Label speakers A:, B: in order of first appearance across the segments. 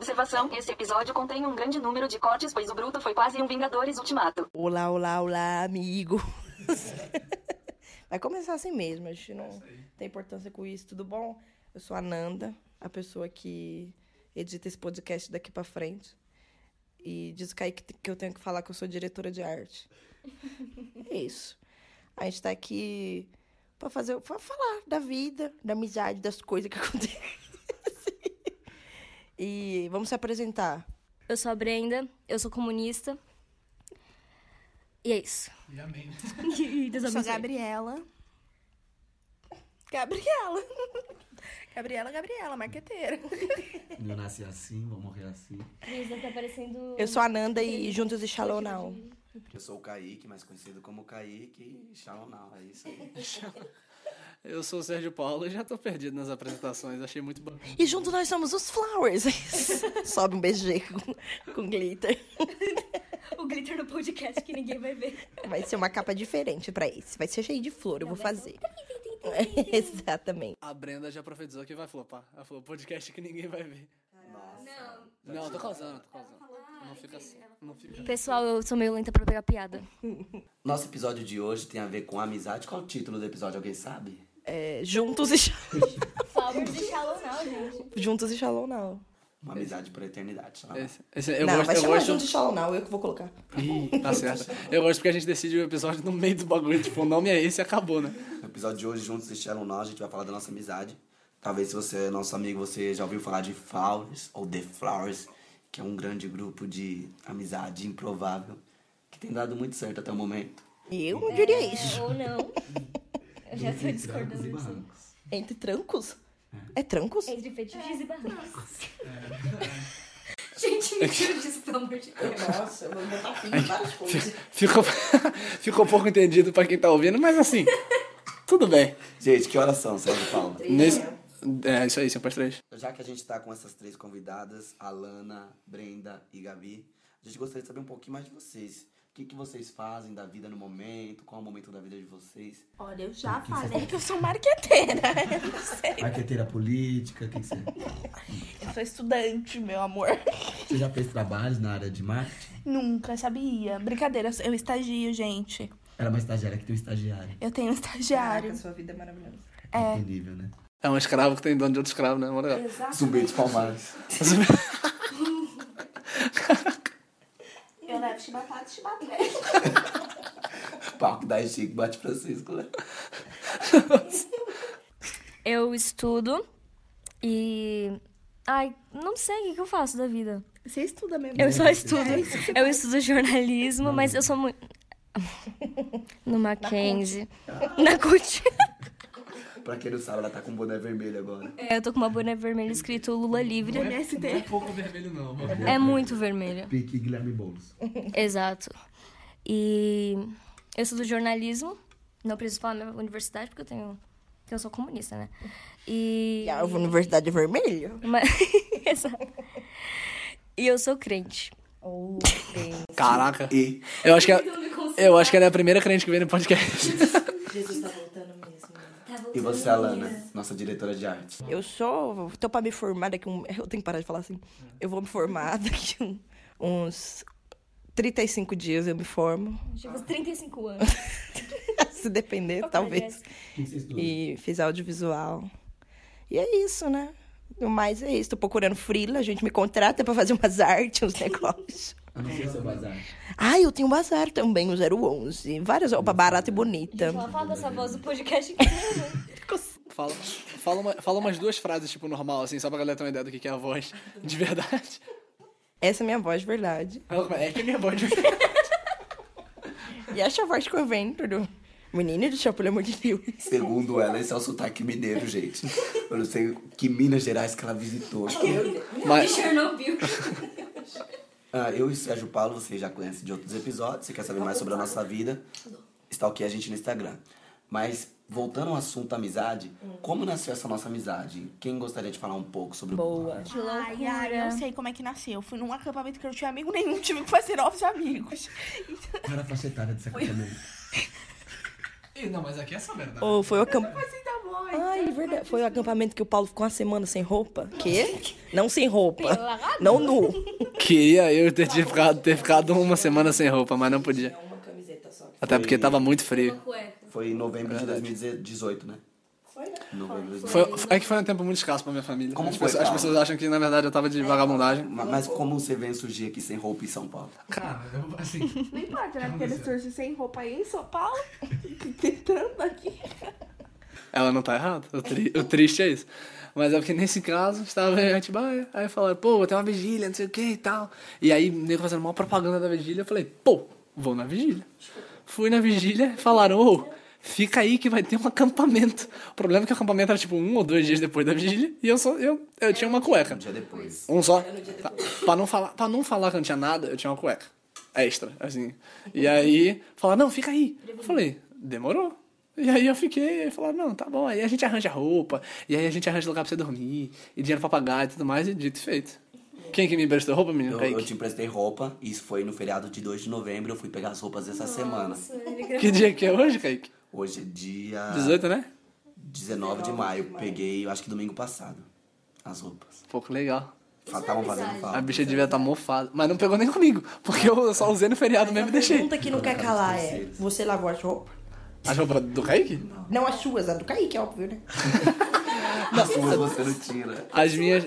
A: Observação: Esse episódio contém um grande número de cortes, pois o Bruto foi quase um Vingadores Ultimato.
B: Olá, olá, olá, amigos. Vai começar assim mesmo, a gente não tem importância com isso, tudo bom? Eu sou a Nanda, a pessoa que edita esse podcast daqui pra frente. E diz o Kaique que eu tenho que falar que eu sou diretora de arte. É isso. A gente tá aqui pra fazer, pra falar da vida, da amizade, das coisas que acontecem. E vamos se apresentar.
C: Eu sou a Brenda, eu sou comunista. E é isso.
D: E amém.
C: E Deus
E: Eu sou a
C: abençoe.
E: Gabriela.
B: Gabriela.
E: Gabriela, Gabriela, marqueteira.
D: Eu nasci assim, vou morrer assim.
C: Brisa, tá parecendo...
B: Eu sou a Nanda e juntos e Shalom Now.
F: Eu sou o Kaique, mais conhecido como Kaique Shalonal, é isso aí.
G: Eu sou o Sérgio Paulo e já tô perdido nas apresentações, achei muito bom.
B: E juntos nós somos os Flowers. Sobe um BG com, com glitter.
C: o glitter no podcast que ninguém vai ver.
B: Vai ser uma capa diferente pra esse. Vai ser cheio de flor, eu vou
E: um
B: fazer. Exatamente.
G: A Brenda já profetizou que vai flopar. Ela falou, podcast que ninguém vai ver.
F: Nossa.
G: Não, tô causando, tô causando. Não fica assim. Não fica.
C: Pessoal, eu sou meio lenta pra pegar piada.
F: Nosso episódio de hoje tem a ver com amizade. Qual é o título do episódio? Alguém sabe?
B: É, juntos e Sha-
C: Flowers de Shalom não, gente.
B: juntos e Shalom Now.
F: Uma amizade por eternidade. é? Shalom.
G: Esse, esse- eu
B: Não,
G: gosto,
B: vai
G: eu
B: chamar
G: gosto. um-
B: juntos e Shalom Now, eu que vou colocar.
G: Ih, tá certo. Eu gosto porque a gente decide o episódio no meio do bagulho. Tipo, o nome é esse e acabou, né?
F: No episódio de hoje, juntos e Shalonal, a gente vai falar da nossa amizade. Talvez se você é nosso amigo, você já ouviu falar de Flowers, ou The Flowers, que é um grande grupo de amizade improvável, que tem dado muito certo até o momento.
B: E eu não diria isso.
C: Ou não. Eu já tô discordando de você.
B: Entre trancos? É trancos?
C: Entre fetiches e barracos. Gente, me tira disso, pelo amor de Deus.
B: Nossa, eu vou botar fim em várias coisas.
G: Ficou, ficou um pouco entendido pra quem tá ouvindo, mas assim, tudo bem.
F: Gente, que horas são, Sérgio Paulo?
G: Nesse, é isso aí, 5 para 3.
F: Já que a gente tá com essas três convidadas, Alana, Brenda e Gabi, a gente gostaria de saber um pouquinho mais de vocês. O que, que vocês fazem da vida no momento? Qual é o momento da vida de vocês?
E: Olha, eu já falei que eu sou marqueteira. Eu não sei.
F: Arquiteira política, o que, você.
E: Eu sou estudante, meu amor.
F: Você já fez trabalhos na área de marketing?
E: Nunca sabia. Brincadeira, eu estagio, gente.
F: Era uma estagiária que tem um estagiário.
E: Eu tenho um estagiário.
B: sua vida é maravilhosa.
F: É. Incrível, né?
G: É um escravo que tem dono de outro escravo, né? Mora-
F: Zumbi de palmares.
E: Eu levo chibatada e chibatada.
F: Palco da Chico bate Francisco, né?
C: Eu estudo e... Ai, não sei o que que eu faço da vida.
E: Você estuda mesmo?
C: Eu
D: É.
C: só estudo. Eu estudo jornalismo, mas eu sou muito. No Mackenzie. Na CUT.
F: Pra quem não sabe, ela tá com um boné vermelho agora.
C: É, eu tô com uma boné vermelha escrito Lula Livre.
B: né,
G: Não é pouco vermelho, não. mano.
C: É muito vermelha.
F: Pique Guilherme Boulos.
C: Exato. E eu estudo jornalismo. Não preciso falar na universidade, porque eu tenho. porque Eu sou comunista, né? E.
B: E a Universidade Vermelha?
C: Mas- Exato. E eu sou crente.
G: Caraca.
F: E
G: Eu acho que é- eu acho que ela é a primeira crente que vem no podcast.
B: Jesus tá voltando mesmo.
F: E você, Alana, nossa diretora de arte.
B: Eu sou. Tô pra me formar daqui um. Eu tenho que parar de falar assim. Eu vou me formar daqui um- uns 35 dias eu me formo.
C: Tive uns 35 anos.
B: Se depender, talvez. E fiz audiovisual. E é isso, né? O mais é isso. Tô procurando Frila, a gente me contrata pra fazer umas artes, uns negócios.
F: Eu não sei é seu bazar.
B: Ah, eu tenho um bazar também, o 011. Várias roupas barata e bonita.
C: Ela fala essa voz do podcast inteiro.
G: Fala, fala, uma- fala umas duas frases, tipo, normal, assim, só pra galera ter uma ideia do que que é a voz de verdade.
B: Essa é minha voz, de verdade.
G: Ela fala, É que é minha voz de verdade.
B: E essa voz que eu vendo do menino do chão, pelo amor de Deus.
F: Segundo ela, esse é o sotaque mineiro, gente. Eu não sei que Minas Gerais que ela visitou.
E: é
G: Mas,
F: Ah, eu e o Sérgio Paulo, você já conhece de outros episódios. Você quer saber mais sobre a nossa vida? Está aqui a gente no Instagram. Mas, voltando ao assunto amizade, como nasceu essa nossa amizade? Quem gostaria de falar um pouco sobre Boa.
C: Que
E: Ai, ai, eu sei como é que nasceu. Eu fui num acampamento que eu não tinha amigo nenhum, tive que fazer novos amigos.
F: Qual era a faixa etária desse acampamento?
G: Ih, não, mas aqui é essa verdade.
B: Ou foi o acamp...
E: Assim, tá bom.
B: Ah, Ai, verdade. Foi o acampamento que o Paulo ficou uma semana sem roupa? Quê? Não sem roupa. Não nu.
G: Queria eu ter, te ficado, ter ficado uma semana sem roupa, mas não podia.
B: É Uma camiseta só.
G: Até porque tava muito frio.
F: Foi em novembro de 2018, né? Foi, Novembro de 2018.
G: Foi, é que foi um tempo muito escasso pra minha família.
F: Como
G: as,
F: foi,
G: pessoas, as
F: Paulo?
G: pessoas acham que, na verdade, eu tava de vagabundagem.
F: Ma- Mas como você vem surgir aqui sem roupa em São Paulo?
D: Cara, eu, assim,
E: Não importa, né? Porque ele surge sem roupa aí em São Paulo, tentando aqui.
G: Ela não tá errada. O, tri- o triste é isso. Mas é porque nesse caso, estava em Atibaia. Aí falaram, pô, tem uma vigília, não sei o que e tal. E aí, o nego fazendo uma propaganda da vigília, eu falei, pô, vou na vigília. Fui na vigília e falaram, ô, fica aí que vai ter um acampamento. O problema é que o acampamento era tipo um ou dois dias depois da vigília e eu só, eu, eu tinha uma cueca.
F: Um dia depois.
G: Um só. Pra, pra não falar, pra não falar que eu não tinha nada, eu tinha uma cueca. Extra, assim. E aí, falaram, não, fica aí. Eu falei, demorou. E aí eu fiquei, aí falaram, não, tá bom, aí a gente arranja roupa, e aí a gente arranja lugar pra você dormir, e dinheiro pra pagar e tudo mais, e dito e feito. Quem que me emprestou roupa, menino?
F: Eu, eu te emprestei roupa, isso foi no feriado de 2 de novembro, eu fui pegar as roupas essa semana.
G: Que dia que é hoje, Kaique?
F: Hoje é dia
G: 18, né?
F: 19 de maio. Peguei, eu acho que domingo passado, as roupas.
G: Pô, que legal.
F: Estavam fazendo
G: A
F: falta.
G: bicha devia estar mofada. Mas não pegou nem comigo, porque eu só usei no feriado mesmo e deixei.
B: pergunta que não quer calar é: você lavou as roupas?
G: As roupas do Kaique?
B: Não as suas, a do Kaique, óbvio, né?
F: As suas você não tira.
G: As minhas.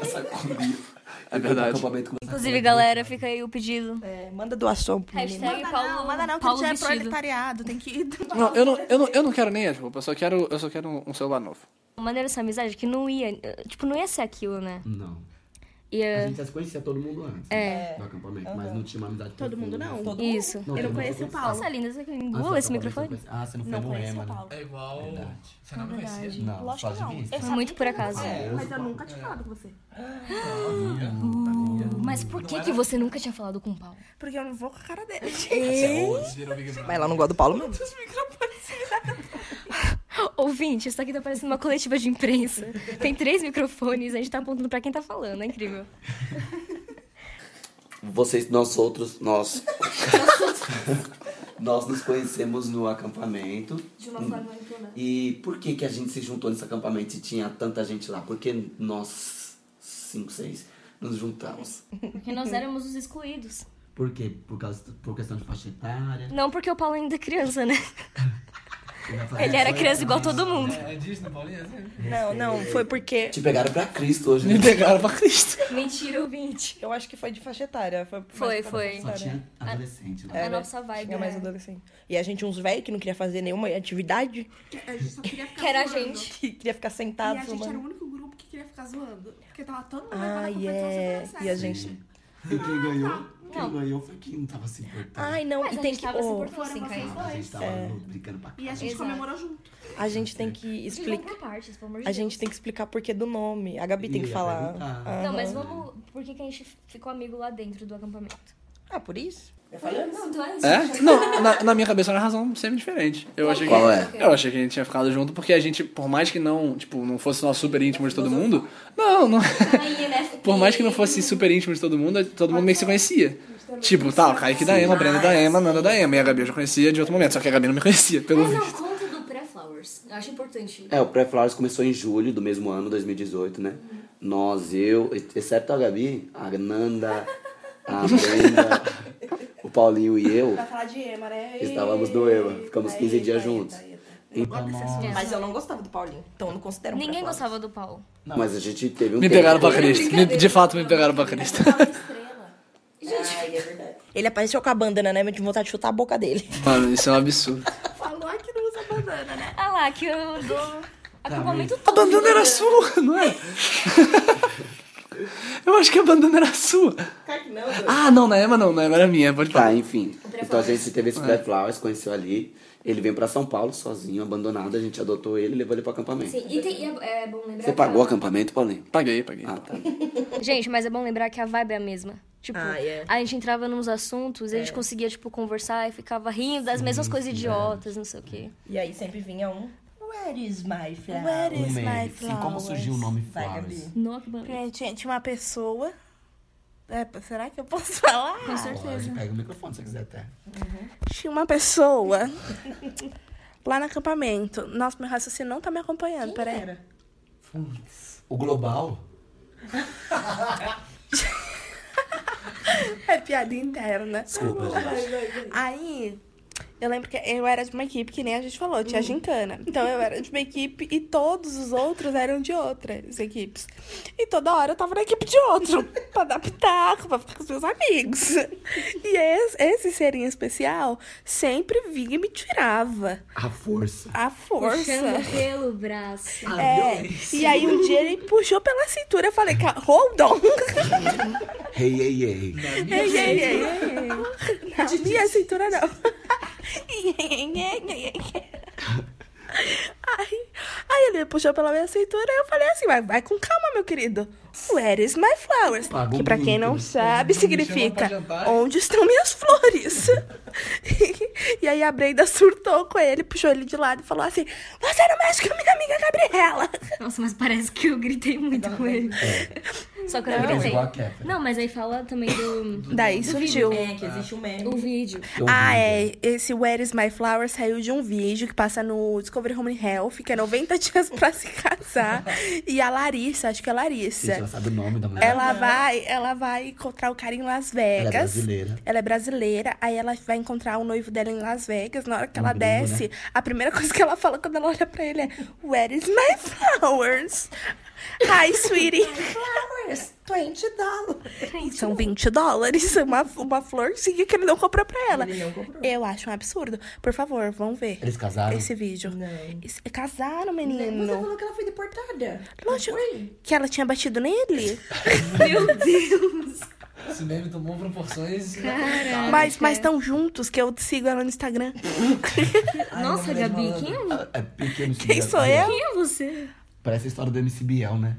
F: Essa comigo.
G: É verdade.
F: Eu fui pro acampamento com-
C: Inclusive, galera, fica aí o pedido.
B: É, manda doação pro menino.
C: Hashtag Paulo,
E: não, manda não, que
C: Paulo
E: já é
C: vestido.
E: proletariado. Tem que ir.
G: Não, eu não, eu não, eu não quero nem as roupas, eu só quero, eu só quero um, um celular novo.
C: Maneira essa amizade que não ia. eh, Tipo, não ia ser aquilo, né? é
D: não.
E: É.
D: A
C: Ia.
D: gente já se conhecia todo mundo antes é. do acampamento, mas não tinha uma amizade
E: Todo mundo
D: profunda,
E: não.
D: assim.
C: Isso.
D: Não,
E: Eu não
D: todo mundo
E: conheço o
D: conhece.
E: Paulo.
C: Nossa, linda, você
D: Ah,
C: engula
D: você
H: tá
C: esse
D: acabou de
H: né?
C: microfone?
D: conhecer. Ah, você não foi
E: Não
D: no
E: conheço
D: Moema,
E: São
D: né?
E: Paulo.
G: É igual. Você
C: não conhecia? Verdade.
D: Não,
E: Lógico que
D: faz
E: não.
D: isso.
E: Eu
C: Foi
E: sabia
C: muito por
E: que era
C: acaso.
B: É.
E: você, Mas eu nunca tinha falado com você.
C: Mas por que, que você nunca tinha falado com o Paulo?
E: Porque eu não vou com a cara dele.
B: Mas ela não gosta do Paulo mesmo.
E: Os microfones.
C: Ouvinte, isso aqui tá parecendo uma coletiva de imprensa. Tem três microfones, a gente tá apontando pra quem tá falando, é incrível.
F: Vocês, nós outros, nós. nós nos conhecemos no acampamento. De uma forma
E: né?
F: E por que, que a gente se juntou nesse acampamento e tinha tanta gente lá? Porque nós, cinco, seis, nos juntamos.
C: Porque nós éramos os excluídos.
D: Por quê? Por, causa, por questão de faixa etária.
C: Não porque o Paulo ainda é criança, né?
D: Ele é vai
B: É,
D: fazer
C: Ele era
D: só
C: criança
D: isso.
C: igual todo
B: um,
C: mundo.
B: né?
G: É Disney, Paulinha?
B: Não, não, foi porque.
F: Te pegaram pra Cristo hoje.
G: Me pegaram pra Cristo.
C: Mentira, ouvinte.
B: Eu acho que foi de faixa etária. Foi,
C: Foi,
B: mais pra
C: foi.
B: faixa
D: Só
B: etária.
D: tinha adolescente lá.
C: A nossa vibe.
B: É, Tinha mais um
C: Né?
B: adolescente. E a gente, uns velhos que não queria fazer nenhuma atividade,
E: É, A gente só queria ficar
C: Que era a
E: zoando.
C: gente.
B: que queria ficar
E: E
B: sentado
E: a gente era
B: fumando.
E: o único grupo que queria ficar zoando. Porque tava todo mundo
B: Ah,
E: naquela competição
B: yeah.
E: super
B: E a
E: séria.
B: gente.
D: E quem ganhou?
C: Não.
D: Quem ganhou foi quem não tava se importando.
B: Ai, não,
C: Mas
B: e
C: a
B: tem
C: gente
B: que.
C: tava se
B: oh,
C: importando, sim, Caio.
D: Ah, a gente tava no- brincando pra
E: E a
D: caralho.
E: gente
C: Exato.
E: comemorou junto.
B: a gente tem que
C: Vocês vão
B: explicar.
C: por partes, pelo amor
B: A
C: de Deus.
B: gente tem que explicar por que do nome. A Gabi tem
D: Ia
B: que falar.
D: perguntar. Um
B: Ah,
C: Não, mas vamos. Por que, que a gente ficou amigo lá dentro do acampamento?
B: Ah, por isso?
C: Não, tu é
G: É? Não, na, na minha cabeça era uma razão sempre diferente. Eu achei que,
F: Qual é?
G: Eu achei que a gente tinha ficado junto porque a gente, por mais que não, tipo, não fosse nós super íntimo de todo mundo. Não, não. Por mais que não fosse super íntimo de todo mundo, todo mundo meio que se conhecia. Tipo, tá, o Kaique da Ema, a Brenda da Ema, a Nanda da Ema. E a Gabi eu já conhecia de outro momento, só que a Gabi Ah, não me conhecia, pelo visto.
C: conta do pré-flowers. Eu acho importante.
F: É, o pré-flowers começou em julho do mesmo ano, 2018, né? Nós, eu, exceto a Gabi, a Nanda, a Brenda, o Paulinho e eu,
E: Pra falar de Ema, né?
F: estávamos no Ema. Ficamos 15 dias juntos.
B: Mas eu não gostava do Paulinho, então eu não considero um
C: Ninguém
B: pré-flowers.
C: gostava do Paulo.
F: Mas a gente teve um
G: Me
F: tempo-
G: pegaram pra Cristo. Me- de fato, me pegaram pra Cristo.
B: Ai, é verdade. Ele apareceu com a bandana, né? Mas eu tive vontade de chutar a boca dele.
G: Mano, isso é um absurdo.
E: Falou que não usa bandana, né?
C: Ah lá, que eu dou. Acampamento
G: A bandana era sua, não é? Eu acho que a bandana era sua. Ah, não, na Ema não, na Ema era minha, pode falar.
F: Tá, enfim. Então a gente teve
G: É.
F: esse pré-flowers, conheceu ali. Ele veio pra São Paulo sozinho, abandonado. A gente adotou ele e levou ele pro acampamento.
C: E, é, bom lembrar.
F: Você pagou o acampamento, Paulinho?
G: Paguei, paguei.
F: Ah, tá.
C: Gente, mas é bom lembrar que a vibe é a mesma. Tipo,
B: Ah, é.
C: a gente entrava nos assuntos, e a gente conseguia, tipo, conversar e ficava rindo das mesmas
F: é.
C: coisas idiotas, não sei o quê.
B: E aí sempre vinha um. Where is my flower?
E: Where
D: O
E: is my
D: Mary, sim,
E: flowers?
D: como surgiu o nome
B: Vai,
D: Flowers?
B: Gabi.
C: No acampamento.
E: Gente, gente, uma pessoa... É, será que eu posso falar?
D: Pode, pega o microfone se você quiser até.
E: Tinha uma pessoa
B: Lá no acampamento. Nossa, meu raciocínio não tá me acompanhando, peraí.
I: Era.
F: O global?
B: É piada interna.
F: Desculpa, gente.
B: Aí, eu lembro que eu era de uma equipe que nem a gente falou, tinha gincana. Então eu era de uma equipe e todos os outros eram de outras equipes. E toda hora eu tava na equipe de outro, pra dar pitaco, pra ficar com os meus amigos. E esse, esse serinho especial sempre vinha e me tirava
H: A força.
B: a força.
C: Puxando pelo braço.
H: A
B: É,
H: violência.
B: e aí um dia ele puxou pela cintura, eu falei, "Ca- hold on.
F: Hey, hey, hey.
B: Ei, ei, ei, ei. Não, minha cintura não. Aí, aí ele me puxou pela minha cintura e eu falei assim, vai, vai com calma, meu querido. Where is my flowers?
H: Pagou
B: que pra quem
H: muito.
B: não sabe, significa
G: chamou pra jantar.
B: onde estão minhas flores? e aí a Brenda surtou com ele, puxou ele de lado e falou assim, você não mexe com a minha amiga Gabriela.
C: Nossa, mas parece que eu gritei muito com ele. Só que eu não
F: Fez
C: gritei.
F: É. igual a Kéfera.
C: Não, mas aí fala também do.
B: Daí surgiu.
I: É, que existe um meme.
C: O vídeo.
F: Eu
B: Ah,
F: vi,
B: é. Esse Where is My Flower saiu de um vídeo que passa no Discovery Home Health, que é 90 dias pra se casar. e a Larissa, acho que é a
F: Gente, ela
B: Larissa.
F: sabe o nome da mulher.
I: é
B: Ela vai, ela vai encontrar o cara em Las Vegas.
F: Ela é brasileira.
B: Ela é brasileira, aí ela vai encontrar um o noivo dela é em Las Vegas. Na hora que
F: Um
B: ela
F: gringo,
B: desce,
F: né?
B: a primeira coisa que ela fala quando ela olha pra ele é: Where is my flowers? Hi, sweetie.
I: Flowers, 20 dólares.
B: São 20 dólares, uma, uma florzinha que ele não comprou pra ela.
I: Ele não comprou.
B: Eu acho um absurdo. Por favor, vão ver
F: Eles casaram?
B: esse vídeo.
I: Não.
B: Esse- Casaram,
I: Você
B: menino.
I: falou que ela foi deportada.
B: Lógico
I: Foi?
B: que ela tinha batido nele.
C: Meu Deus!
G: Esse meme tomou proporções.
B: Mas
I: É.
B: mas estão juntos, que eu sigo ela no Instagram.
C: Nossa, Gabi, quem é,
F: Ah, É pequeno
B: Quem sou eu?
C: quem é você?
F: Parece a história do MC Biel, né?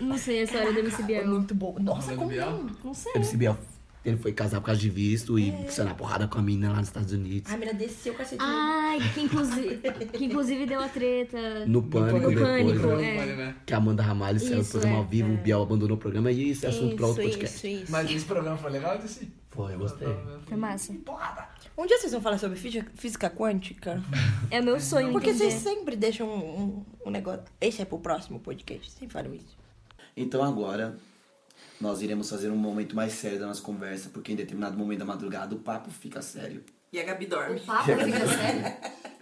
C: Não sei a história do MC Biel.
I: Muito bom. Nossa, como não?
C: Não sei.
F: MC Biel, ele foi casar por causa de visto e
C: É.
F: saiu na porrada com a menina lá nos Estados Unidos.
I: A menina desceu com a cetinha.
C: Ai, que inclusive, que inclusive deu a treta.
F: No pânico depois,
C: Pânico,
F: né?
C: é.
F: Que a Amanda Ramalho saiu do
C: Isso,
F: programa
C: é,
F: ao vivo, o Biel abandonou o programa e esse é assunto pra outro podcast.
B: isso, isso.
G: Mas esse programa foi legal desse.
F: Foi, eu gostei.
C: Foi massa.
I: Um dia vocês vão falar sobre fisi- física quântica?
B: Uhum.
C: É meu sonho.
I: Porque
C: entender.
I: vocês sempre deixam um, um- um negócio. Esse é pro próximo podcast. Sempre falam isso.
F: Então agora nós iremos fazer um momento mais sério da nossa conversa, porque em determinado momento da madrugada o papo fica sério.
J: E a Gabi dorme.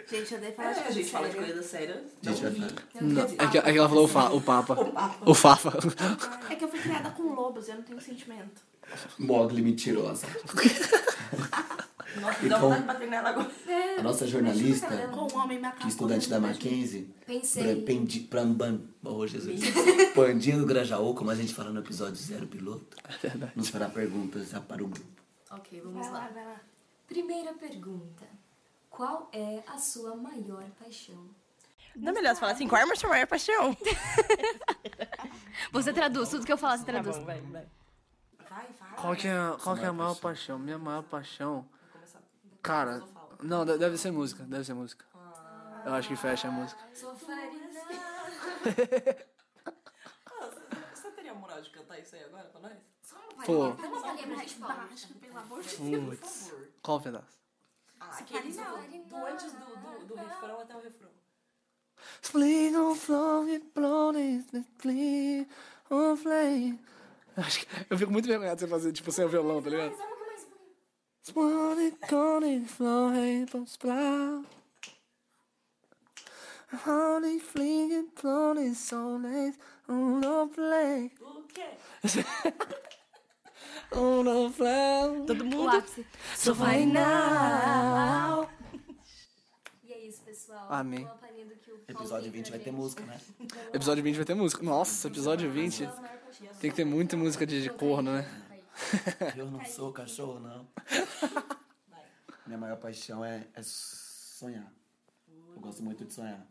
K: Gente, eu dei falar de
J: É, a gente fala de
K: séria.
J: coisa séria.
F: A gente vai falar.
G: Não, é, que, é que ela falou o, fa, o Papa. O Fafa.
K: É que eu fui criada com lobos, eu não tenho sentimento.
F: Mogli mentirosa.
J: Nossa,
F: E
I: Então-
J: dá
F: com-
J: vontade de bater nela agora.
F: A nossa jornalista,
K: Com um homem macaco.
F: que é estudante da Mackenzie,
C: Pensei.
F: Brampendi- Pramban, oh Jesus, Pandinho do Grajaú, como a gente fala no episódio zero piloto, nos fará perguntas para o grupo.
J: Ok, vamos lá.
C: Primeira pergunta. Qual é a sua maior paixão?
I: Não é melhor você falar assim, qual é a sua maior paixão?
C: Você traduz, tudo que eu falar, você traduz.
I: vai, vai.
G: Qual que é, a- qual que é a maior paixão? Minha maior paixão. Cara, não, de- deve ser música, deve ser música.
J: Ah.
G: Eu acho que fecha a música.
C: Sou Farina.
J: Ah, Você teria moral de cantar isso aí agora pra nós?
G: Pô,
C: Vamos falar pra gente falar.
G: putz. Qual pedaço?
J: Ah, aqueles do, do antes do, do, do refrão até o refrão.
G: Split on flow, we blow this, split on flame. Eu acho que- Eu fico muito vergonhado de você fazer, tipo, sem o violão, tá ligado?
C: é
G: Split on it, flow, hey, from splow. Honey, fling it, blow this, so late, on the flame.
J: O quê?
G: On the flame.
I: Todo
C: O
I: mundo.
C: ápice.
G: So vai now.
C: E é isso, pessoal.
G: Amém.
C: Uma palhinha do que o Paulo
F: Episódio
C: tem
F: 20 vai
C: pra
F: ter
C: gente.
F: música, né?
G: Episódio 20 vai ter música. Nossa, episódio 20. Tem que ter muita música de, de corno, né?
F: Eu não sou cachorro, não. Minha maior paixão é, é sonhar. Eu gosto muito de sonhar.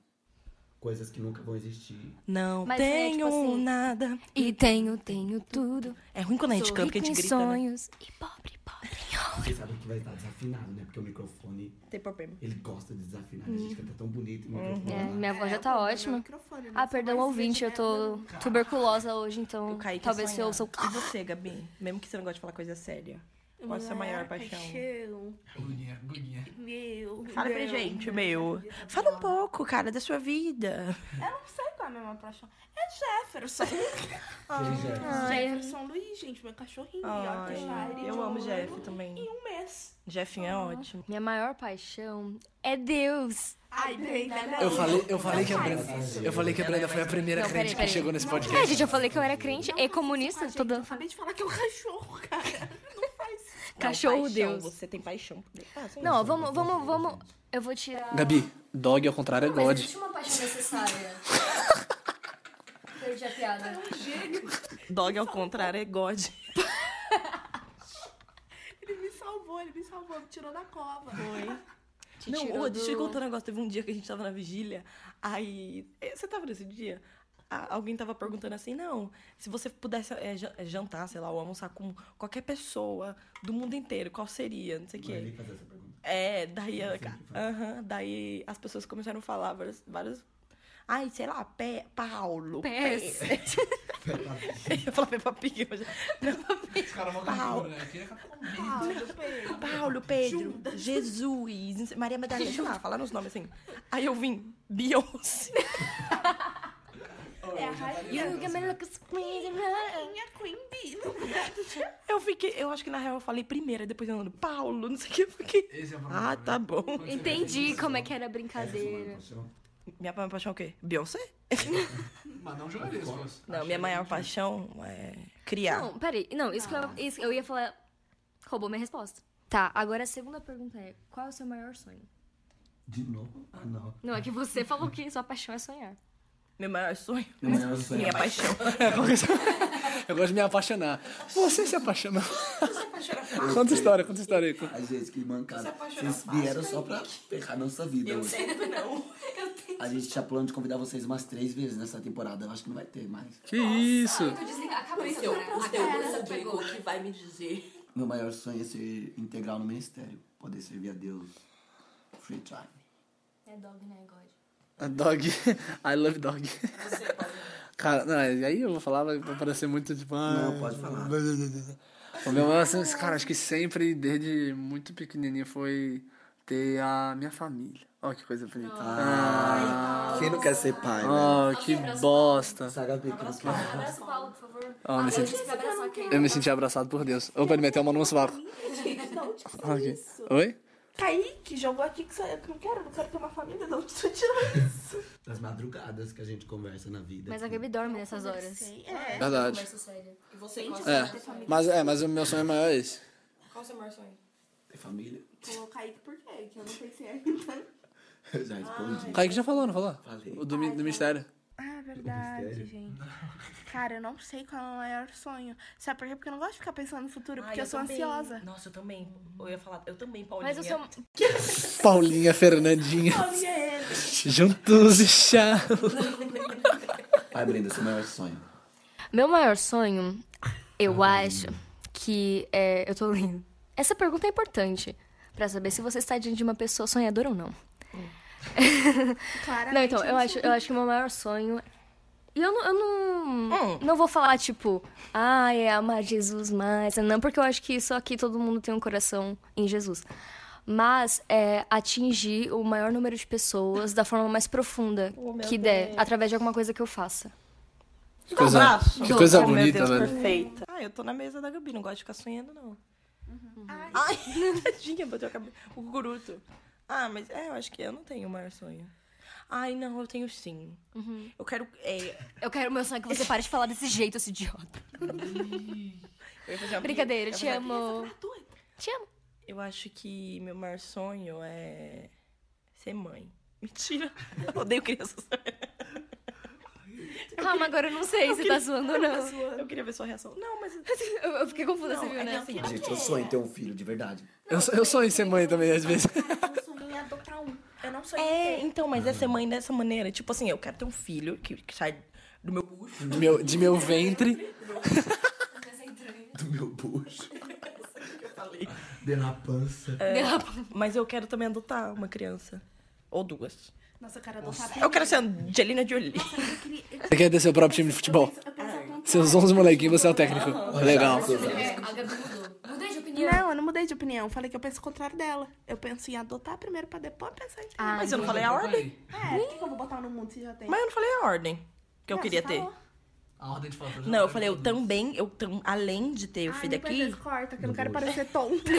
F: Coisas que nunca vão existir.
I: Não
C: Mas é,
I: tenho
C: tipo assim-
I: nada.
C: E tenho, tenho tudo.
I: É ruim quando a gente
C: Sou
I: canta, que a
C: rica em
I: gente grita. né?
C: sonhos e pobre, pobre.
F: Você sabe que vai estar desafinado, né? Porque o microfone,
I: Tem problema.
F: ele gosta de desafinar. A gente canta tão bonito. e o
C: Uhum. É,
F: microfone.
C: minha voz já tá ótima.
I: né?
C: Ah, perdão, ouvinte, eu tô tuberculosa hoje, então
I: O Kaique
C: talvez
I: é
C: eu
I: sonhar.
C: ouça o...
I: E você, Gabi? Mesmo que você não goste de falar coisa séria.
B: Qual a sua maior paixão?
G: Guguinha, guguinha.
I: Meu.
B: Fala pra gente, meu. Fala um pouco, cara, da sua vida.
I: Eu não sei qual é a minha maior paixão. É Jefferson. Jefferson Luiz, gente, meu cachorrinho.
B: Ai,
I: Yorkshire, de
B: eu
I: um
B: amo
I: ano
B: Jeff também.
I: E um mês.
B: Jeffinho é ótimo.
C: Minha maior paixão é Deus.
I: Ai, né? Brenda.
G: Eu falei, eu falei que a Brenda. Eu falei que a Brenda foi a primeira
C: Não,
G: crente
C: peraí, peraí.
G: que chegou nesse
C: É,
G: podcast.
C: gente, eu falei que eu era crente e comunista.
I: Gente,
C: Tô
I: eu
C: dando
I: acabei de falar que é um cachorro, cara. Não faz isso.
C: cachorro
B: paixão,
C: Deus.
B: Você tem paixão por Deus. Ah, sim.
C: Não, vamos, vamos, vamos. Eu vou tirar.
G: Gabi, dog ao contrário é God.
C: uma paixão necessária. Perdi a
I: um
C: piada.
B: Dog ao contrário é God.
I: Ele me salvou, ele me salvou, me tirou da cova.
C: Te
B: Não,
C: tirou
B: ô, deixa eu
C: do-
B: contar um negócio. Teve um dia que a gente tava na vigília, aí. eh, Você tava nesse dia? A- alguém tava perguntando assim: não, se você pudesse eh, ja- jantar, sei lá, ou almoçar com qualquer pessoa do mundo inteiro, qual seria? Não sei o quê.
D: Ele fazer essa pergunta.
B: É, daí, a-
D: sempre
B: aham, daí as pessoas começaram a falar várias. várias Ai, sei lá, pé, Paulo.
C: Pés.
B: pé." Eu falava Peppa Pig, mas... Não,
G: Os caras mó
B: Paulo.
G: né? Aqui é capaz de comer.
I: Ah, meu Pedro.
B: Paulo, Pedro, Jesus, não sei, Maria Madalena, sei lá, falar nos nomes assim. Aí eu vim, Beyoncé.
I: É a rainha.
C: You give me look squeeze, run.
I: Minha Queen Bee, no lugar do Jefferson.
B: Eu fiquei, eu acho que na real eu falei primeira, depois eu ando, Paulo, não sei o que, eu fiquei.
G: Esse é o problema.
B: Ah, tá bom.
C: Entendi como é que era a brincadeira.
B: Minha maior paixão é o quê? Beyoncé?
G: Mas Ah, não jogaria se fosse.
B: Não, minha maior paixão é criar.
C: Não, peraí. Não, isso que
B: Ah.
C: eu, isso- eu ia falar. Roubou minha resposta. Tá, agora a segunda pergunta é: qual é o seu maior sonho?
D: De novo? Ah, não.
C: Não, é que você falou que sua paixão é sonhar.
B: Meu maior sonho.
D: Meu maior sonho.
C: é
B: Minha paixão.
G: Eu gosto de me apaixonar. Você se apaixonou. Conta história, conta história aí. conta.
F: Ai, gente, que mancada. Vocês
C: é
F: vieram só pra ferrar nossa vida hoje. A gente tinha plano de convidar vocês umas três vezes nessa temporada. Eu acho que não vai ter mais.
G: Que isso?
F: Meu maior sonho é ser integral no ministério. Poder servir a Deus free time.
C: É dog, né, God?
G: A dog. I love dog. Cara, não, aí eu vou falar, vai parecer muito tipo. ah,
F: Não, pode falar.
G: O meu maior sonho, cara, acho que sempre, desde muito pequenininho, foi ter a minha família. Ó, que coisa bonita. Ah,
F: Quem não quer ser pai, né?
G: ó, que bosta.
F: Saga pequeno.
C: Abraça o Paulo, por favor.
G: Ó, me senti-
C: Pra abraçar quem?
G: eu me senti abraçado por Deus. Ou ele meteu a mão no meu sovaco. Ok. Oi?
I: Kaique jogou aqui que você- eu não quero, não quero ter uma família, não. Você tirou isso.
F: Das madrugadas que a gente conversa na vida.
C: Mas a Gabi dorme nessas horas.
I: É.
G: Verdade.
L: Conversa séria.
G: É. Mas é, mas o meu sonho maior é esse.
L: Qual o seu maior sonho?
F: Tem família?
I: Falou Kaique por quê? Que eu não é. pensei ainda.
F: Eu já respondi.
G: Kaique já falou, não falou?
F: Falei.
G: O do, mi- do mistério.
I: Ah, verdade, gente. Cara, eu não sei qual é o meu maior sonho. Sabe por quê? Porque eu não gosto de ficar pensando no futuro, porque eu, sou ansiosa.
B: Nossa, eu também. Eu ia falar, eu também, Paulinha.
C: Mas o seu.
G: Paulinha, Fernandinha,
I: Olha ele.
G: juntos e chá.
F: Ai, Brenda, seu maior sonho.
C: Meu maior sonho, eu acho que é. Eu tô lendo. Essa pergunta é importante pra saber se você está diante de uma pessoa sonhadora ou não.
I: Claramente,
C: Não, então, eu
I: não
C: acho, eu acho que o meu maior sonho. E eu não. Eu não,
B: Hum.
C: não vou falar, tipo, ah, é amar Jesus mais. Não, porque eu acho que isso aqui todo mundo tem um coração em Jesus. Mas é atingir o maior número de pessoas da forma mais profunda
B: Oh, meu
C: que der,
B: Deus.
C: através de alguma coisa que eu faça.
G: Que
B: coisa- abraço.
G: que coisa
B: Oh, meu
G: bonita, né?
B: Deus,
G: velho.
B: perfeita. Ah, eu tô na mesa da Gabi, não gosto de ficar sonhando, não. Ai, tadinha, bateu a cabeça. O guruto. Ah, mas é, eu acho que eu não tenho o maior sonho. Ai, não, eu tenho sim. Eu quero. é,
C: Eu quero o meu sonho é que você pare de falar desse jeito, esse idiota.
B: eu ia fazer uma-
C: Brincadeira,
B: eu ia
C: te
B: fazer-
C: amo. Te amo.
B: Eu acho que meu maior sonho é ser mãe. Mentira. Eu odeio crianças.
C: Calma, agora eu não sei se tá zoando ou não.
B: Eu queria ver sua reação. Não, mas.
C: Eu eu fiquei confusa,
B: Não,
C: você viu,
B: é que
C: né?
B: assim,
F: Gente, eu sonho em ter um filho, de verdade.
G: Eu, sou- eu sonho em ser mãe também, às vezes.
I: Cara, eu sonhei em adotar um. Eu não sonhei
B: É,
I: em ter.
B: então, mas é ser mãe dessa maneira. Tipo assim, eu quero ter um filho que, que sai do meu bucho.
G: De meu, de meu ventre.
F: Do meu bucho. De na pança.
B: Mas eu quero também adotar uma criança. Ou duas.
I: Nossa, eu quero adotar
B: Eu quero ser Angelina Jolie.
I: Eu queria... eu-
G: Você quer ter seu próprio time de futebol?
I: Eu pensava com
G: Seus 11 molequinhos, você é o técnico. Legal.
F: Coisa.
C: Assim,
L: a Gabi mudou. Mudei de opinião.
C: opinião.
E: Não, eu não mudei de opinião. Falei que eu penso o contrário dela. Eu penso em adotar primeiro pra depois pensar em ter.
C: Ah,
B: Mas eu não falei a ordem.
E: É, o que, que eu vou botar no mundo se já tem?
B: Mas eu não falei a ordem que eu
E: Não,
B: queria
E: você
B: ter.
E: falou.
D: A ordem de falta.
B: Não, eu falei, eu também, eu tam- além de ter o
E: Ai,
B: filho
E: depois
B: aqui,
E: vocês cortam, que eu não quero parecer tonta.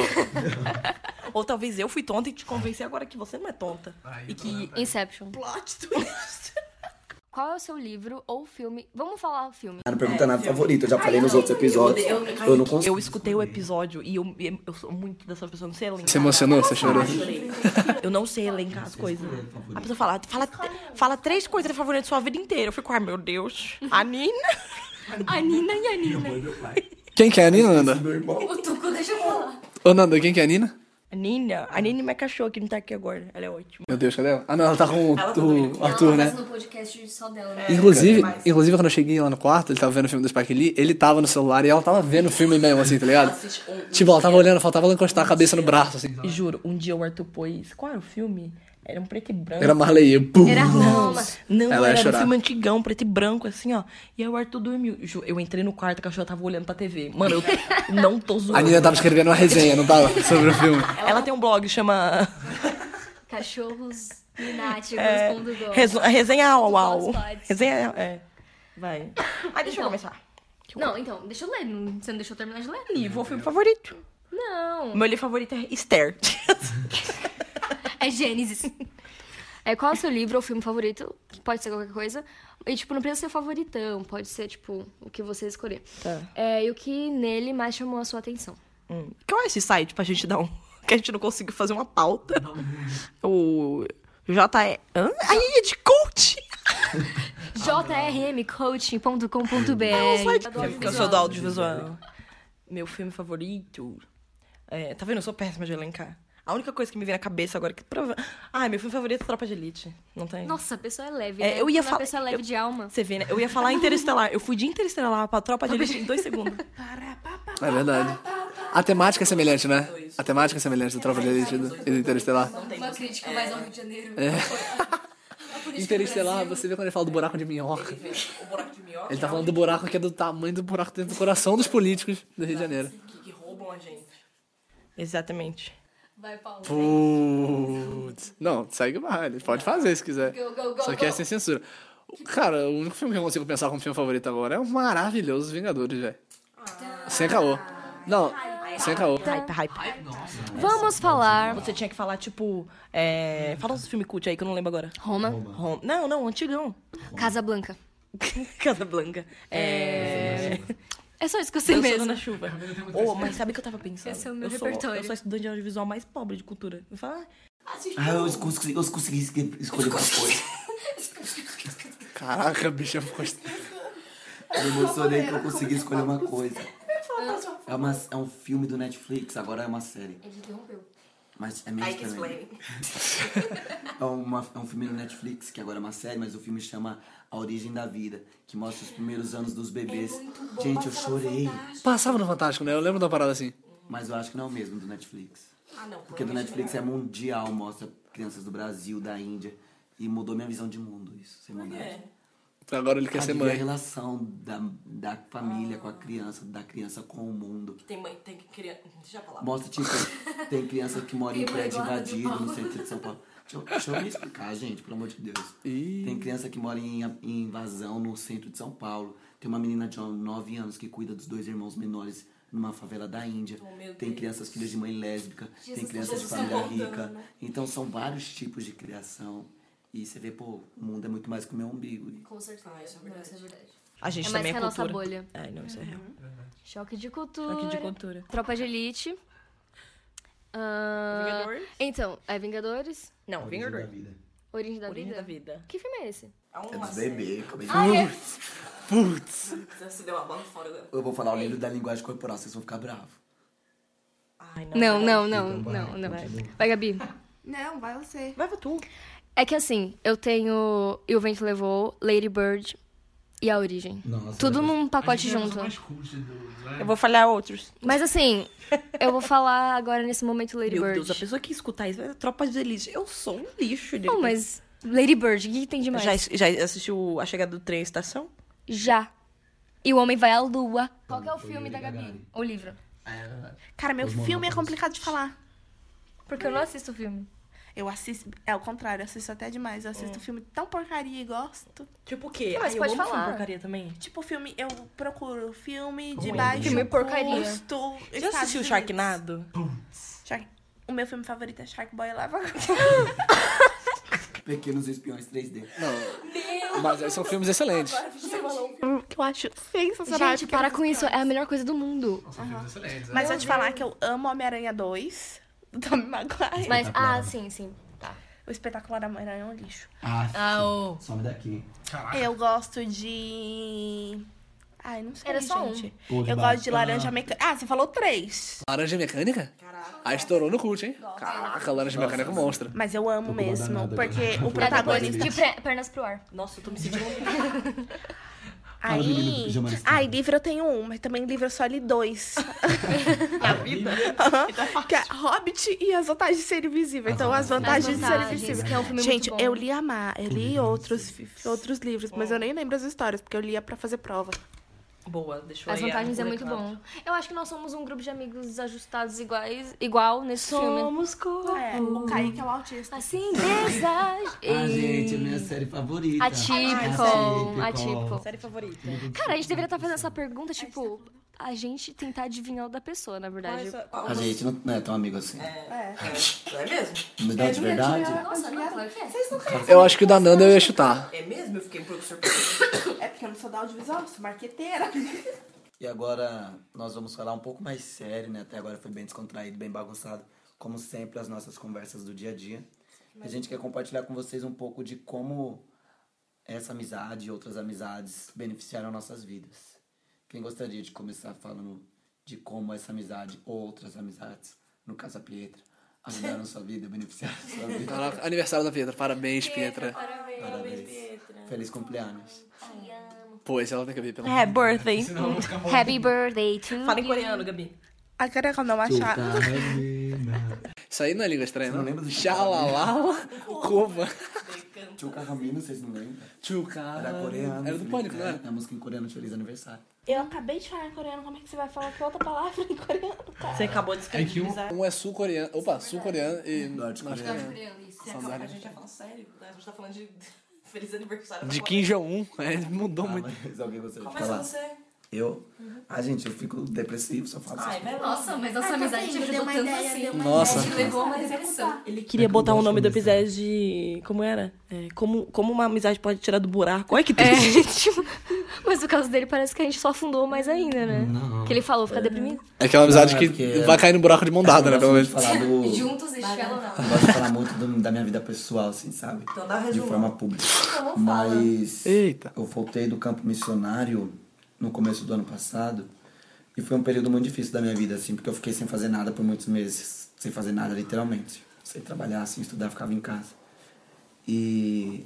B: ou talvez eu fui tonta e te convenci agora que você não é tonta.
D: Aí,
B: E que.
C: Inception.
E: Plot twist.
C: Qual é o seu livro ou filme? Vamos falar filme.
F: Ah, Não pergunta nada favorito, É, eu já falei nos outros episódios. Eu não consigo.
B: Eu escutei o episódio e eu, eu sou muito dessa pessoa, não sei elencar.
G: Você emocionou? Você chorou?
B: Eu não sei elencar as coisas. A pessoa fala, fala, fala três coisas favoritas da sua vida inteira. Eu fico, ai meu Deus. A Nina.
C: A Nina e a Nina.
G: Quem que é a Nina, Nanda?
F: Meu irmão.
L: O Tuco, deixa eu falar.
G: Ô, Nanda, quem que é a Nina?
B: A Nina, a Nina é minha cachorra que não tá aqui agora. Ela é ótima.
G: Meu Deus, cadê ela? Ah, não, ela tá com o, o Arthur,
L: Ela tá
G: né?
L: fazendo podcast só dela, né?
G: Inclusive, inclusive, quando eu cheguei lá no quarto, ele tava vendo o filme do Spike Lee, ele tava no celular e ela tava vendo o filme mesmo, assim, tá ligado? Tipo, ela tava olhando, faltava ela encostar a cabeça no braço, assim.
B: E juro, um dia o Arthur pôs. Qual era o filme? Era um preto e branco.
G: Era Marley, eu, pum.
C: Era Roma.
B: Não,
G: Ela ia
B: era um
G: chorar.
B: filme antigão, preto e branco, assim, ó. E aí o Arthur dormiu. Ju, Eu entrei no quarto, a cachorra tava olhando pra TV. Mano, eu não tô zoando.
G: A Nina tava escrevendo uma resenha, não tava? Sobre o filme.
B: Ela tem um blog, chama
C: Cachorros mináticos. um
B: é,
C: ponto dó.
B: resu- Resenha Au Au.
C: Blogspot.
B: Resenha, é. Vai. Ah, deixa eu começar.
C: Não, então, deixa eu ler. não- Você não deixou eu terminar de ler?
B: Livro, filme favorito.
C: Não.
B: Meu livro favorito é Esther.
C: É Gênesis. É, qual é o seu livro ou filme favorito? Que Pode ser qualquer coisa. E, tipo, não precisa ser favoritão. Pode ser, tipo, o que você escolher.
B: Tá.
C: É, e o que nele mais chamou a sua atenção?
B: Hum. Qual é esse site pra gente dar um... Que a gente não conseguiu fazer uma pauta. O... J.E. Hã? Aí é de coach.
C: jrmcoaching.com.br
B: Eu sou do audiovisual. Meu filme favorito. É, tá vendo? Eu sou péssima de elencar. A única coisa que me vem na cabeça agora é que. prova- Ah, meu filme favorito é Tropa de Elite. Não tem?
C: Nossa, a pessoa é leve.
B: É,
C: né?
B: eu ia
C: Quando
B: falar-
C: A pessoa é leve
B: eu-
C: de alma.
B: Você vê, né? Eu ia falar Interestelar. Eu fui de Interestelar pra Tropa de Elite em dois segundos.
G: É verdade. A temática é semelhante, né? A temática é semelhante do Tropa de Elite e do e do Interestelar.
L: Uma crítica mais ao Rio de Janeiro.
G: Interestelar, você vê quando ele fala do buraco de minhoca. Ele tá falando do buraco que é do tamanho do buraco dentro do coração dos políticos do Rio de Janeiro.
B: Que roubam a gente. Exatamente.
L: Vai, Paulo.
G: Putz. Não, segue o baile. Pode fazer se quiser.
L: Go, go, go,
G: Só que é
L: go.
G: sem censura. Cara, o único filme que eu consigo pensar como filme favorito agora é o maravilhoso Vingadores, velho. Sem caô. Não, sem caô.
C: Tá.
B: Hype, hype.
C: Vamos falar.
B: Você tinha que falar, tipo. É... Fala uns filmes cult aí que eu não lembro agora.
C: Roma,
B: Rom- Não, não, antigão.
C: Casa Blanca.
B: Casablanca. É.
C: É só isso que eu sei
B: Dançando
C: mesmo.
B: na chuva. Oh, mas sabe o que eu tava pensando?
C: Esse é o meu
B: eu sou,
C: repertório.
B: Eu sou a estudante de audiovisual mais pobre de cultura. Eu falo, ah,
F: Ah, eu consegui, eu consegui esque- escolher uma coisa.
G: Caraca, bicho, eu gosto.
F: Eu emocionei que eu consegui escolher uma coisa. É, uma, é um filme do Netflix, agora é uma série.
L: Ele interrompeu.
F: Mas é meio também. É, uma- é um filme do Netflix, que agora é uma série, mas o filme chama A Origem da Vida, que mostra os primeiros anos dos bebês. Gente, eu chorei.
G: Passava no Fantástico, né? Eu lembro de uma parada assim.
F: Mas eu acho que não é o mesmo do Netflix. Ah, não. Porque do Netflix é mundial, mostra crianças do Brasil, da Índia. E mudou minha visão de mundo, isso, sem maldade.
G: Agora ele quer ser
F: Adivinha a
G: mãe.
F: relação da, da família com a criança, da criança com o mundo.
B: Tem mãe, tem que criar. Deixa pra lá.
F: Mostra, tipo, tem criança que mora em
L: Tem mãe
F: prédio
L: guarda de
F: invadido no
L: Paulo.
F: é centro de São Paulo. Deixa eu, deixa eu me explicar, gente, pelo amor de Deus.
G: Ih.
F: Tem criança que mora em, em invasão no centro de São Paulo. Tem uma menina de 9 anos que cuida dos dois irmãos menores numa favela da Índia. tem crianças filhas de mãe lésbica. tem crianças de família rica. Então são vários tipos de criação. E você vê, pô, o mundo é muito mais que o meu umbigo. E
L: Com certeza. isso é verdade. Isso é verdade.
B: A gente
C: É mais
B: também
C: que
B: é
C: a nossa
B: cultura.
C: bolha.
B: Ai, não, isso é real.
C: Choque de cultura.
B: Aqui de cultura.
C: Tropa de Elite. Ah,
B: Vingadores?
C: Então, é Vingadores,
B: Não, Vingador.
F: vida.
C: Origem da
B: Origem da
C: Vida.
B: vida.
C: Que filme é esse?
F: É dos bebês. como é que-
G: Putz.
B: Você deu uma banda fora agora.
F: Eu vou falar o livro da linguagem corporal, vocês vão ficar bravos.
B: Ai, não.
C: Não, não, não, não, não. Vai, Gabi.
E: Não, vai você.
B: Vai pra tu.
C: É que assim, eu tenho E o Vento Levou, Lady Bird e A Origem.
D: Nossa,
C: Tudo
D: Deus.
C: num pacote
D: A gente
C: junto.
D: é a pessoa mais cult do- do-
B: Eu vou falhar outros.
C: Mas assim, eu vou falar agora nesse momento Lady
B: Meu
C: Bird.
B: Deus, a pessoa que escutar isso é tropa de elite. Eu sou um lixo. de-
C: Não, mas Lady Bird, o que, que tem demais?
B: Já, é já assistiu A Chegada do Trem à Estação?
C: Já. E o Homem Vai à Lua. Qual que é o filme da Gabi? O livro.
D: É verdade.
I: Cara, meu
D: Os
I: filme é
D: monólogos.
I: complicado de falar.
C: Porque eu não assisto filme.
I: Eu assisto. É o contrário, eu assisto até demais. Eu
M: É.
I: assisto filme tão porcaria e gosto.
M: Tipo o quê?
C: Ah, mas
M: Ai, eu
C: pode
M: amo filme
C: falar.
M: porcaria também.
I: Tipo, filme, eu procuro filme de
D: Como é?
I: baixo
C: Filme porcaria.
I: custo.
M: Já
I: Estados
M: assistiu
I: Unidos.
M: Sharknado?
I: Shark- O meu filme favorito é Sharkboy Lava.
F: Pequenos Espiões 3D.
G: Não. Mas é, são filmes excelentes.
I: que eu acho sensacional.
C: Gente, para com isso. É a melhor coisa do mundo.
D: Nossa, filmes excelentes.
G: né?
I: Mas vou te falar que eu amo Homem-Aranha 2, do Tommy Maguire.
F: Tá
C: Mas, ah, sim, sim.
I: O espetacular da Homem-Aranha é um lixo.
F: Ah,
C: Ah, o...
F: some daqui.
D: Caraca.
I: Eu gosto de... Ai, não sei,
C: Era só um.
I: gente.
F: Pô, de
I: Eu gosto de Laranja Mecânica. Ah, você falou três.
G: Laranja Mecânica? Caraca. Ah, estourou no culto, hein? Caraca, Laranja Mecânica é um monstra.
I: Mas eu amo
F: Tô com uma
I: mesmo,
F: danada
I: porque o
M: Tá
C: Protagonista.
I: protagonista...
C: De pre- pernas pro ar.
M: Nossa, eu tô me sentindo.
F: Fala, menino do
I: Aí...
F: pijama listrado.
I: Ai, livro eu tenho um, mas também livro eu só li dois.
M: Na vida?
I: É Que é Hobbit e As Vantagens de Ser Invisível. Então, As Vantagens de Ser Invisível.
C: que é um filme
I: Gente,
C: muito bom.
I: eu li a Ma, eu li outros, outros livros, mas eu nem lembro as histórias, porque eu lia pra fazer prova.
M: Boa, deixou
C: As
M: aí. a
C: vantagens é muito
M: molecada.
C: bom. Eu acho que nós somos um grupo de amigos desajustados iguais, igual nesse filme.
I: Ah, É, o Kaique é o autista.
C: Assim, desaj...
F: Ah, gente, é minha série favorita.
C: Atípico, atípico.
M: Série favorita.
C: Cara, a gente deveria estar fazendo essa pergunta, tipo, a gente tentar adivinhar o da pessoa, na
M: Qual é
C: verdade.
M: sua- qual-
F: A gente não, não é tão amigo assim.
M: É mesmo?
F: Não dá de verdade?
C: Nossa, não, claro que é.
G: Eu acho que o da Nanda eu ia chutar.
M: É mesmo? Eu fiquei um pouco surpresa.
I: É porque eu não sou da audiovisual, eu sou marqueteira.
F: E agora nós vamos falar um pouco mais sério, né? Até agora foi bem descontraído, bem bagunçado. Como sempre, as nossas conversas do dia a dia. A gente quer compartilhar com vocês um pouco de como essa amizade e outras amizades beneficiaram nossas vidas. Quem gostaria de começar falando de como essa amizade ou outras amizades, no caso a Pietra, ajudaram sua vida, beneficiaram sua vida?
G: Caraca, aniversário da Pietra. Parabéns, Pietra.
F: Parabéns. Feliz cumpleaños.
G: Pô, esse ela tem que ver, pelo amor.
M: É, birthday.
D: Senão eu vou ficar morto.
C: Happy birthday to
M: Fala em
C: you.
M: coreano, Gabi.
I: Agora, quando eu achar.
G: Isso aí não é língua estranha,
F: Você
G: não?
F: não lembra do
G: Xalala, Cuba.
F: Tchuca Ramina, um vocês não lembram?
G: Tchuca.
F: Ah, Era coreano.
G: Era do
F: Feliz-
G: Pânico, não era?
F: É, a música em coreano, de Feliz Aniversário.
I: Eu acabei de falar em coreano, como é que você vai falar que outra palavra em coreano, cara?
M: Você acabou de
D: É que o-
M: escrever.
G: Um é sul-coreano. Opa, sul-coreano e
F: Norte-coreano.
G: norte-coreano.
M: A gente já falou sério, né? A gente tá falando de feliz aniversário.
G: De Kim Jong-un. É, mudou
F: Ah,
G: muito.
F: mas alguém gostaria de
M: Começa
F: falar?
M: você. Uhum. Ah,
F: Eu? Ah, gente, eu fico depressivo, só falo
M: Ai, tá
F: assim.
M: vai lá.
L: Nossa, mas nossa amizade te ajudou tanto assim.
G: Nossa.
L: Levou a uma depressão.
M: Ele queria botar o nome do episódio de. Como era? É, como, como uma amizade pode tirar do buraco. Olha que triste.
C: É, tipo, mas o caso dele parece que a gente só afundou mais ainda, né? Que ele falou, fica deprimido.
G: É aquela amizade
F: Não, é
G: que
F: porque-
G: vai cair no buraco de mão dada, né?
F: Eu
G: Pelo
F: gosto de
G: menos.
F: falar do... Eu
L: Juntos e Shallow não.
F: gosto de falar muito do- da minha vida pessoal, assim, sabe?
M: Então dá um Então,
F: De
M: resumo.
F: forma pública. Mas
G: Eita.
F: eu voltei do campo missionário no começo do ano passado e foi um período muito difícil da minha vida, assim, porque eu fiquei sem fazer nada por muitos meses. Sem fazer nada, literalmente. Sem trabalhar, sem estudar, ficava em casa. E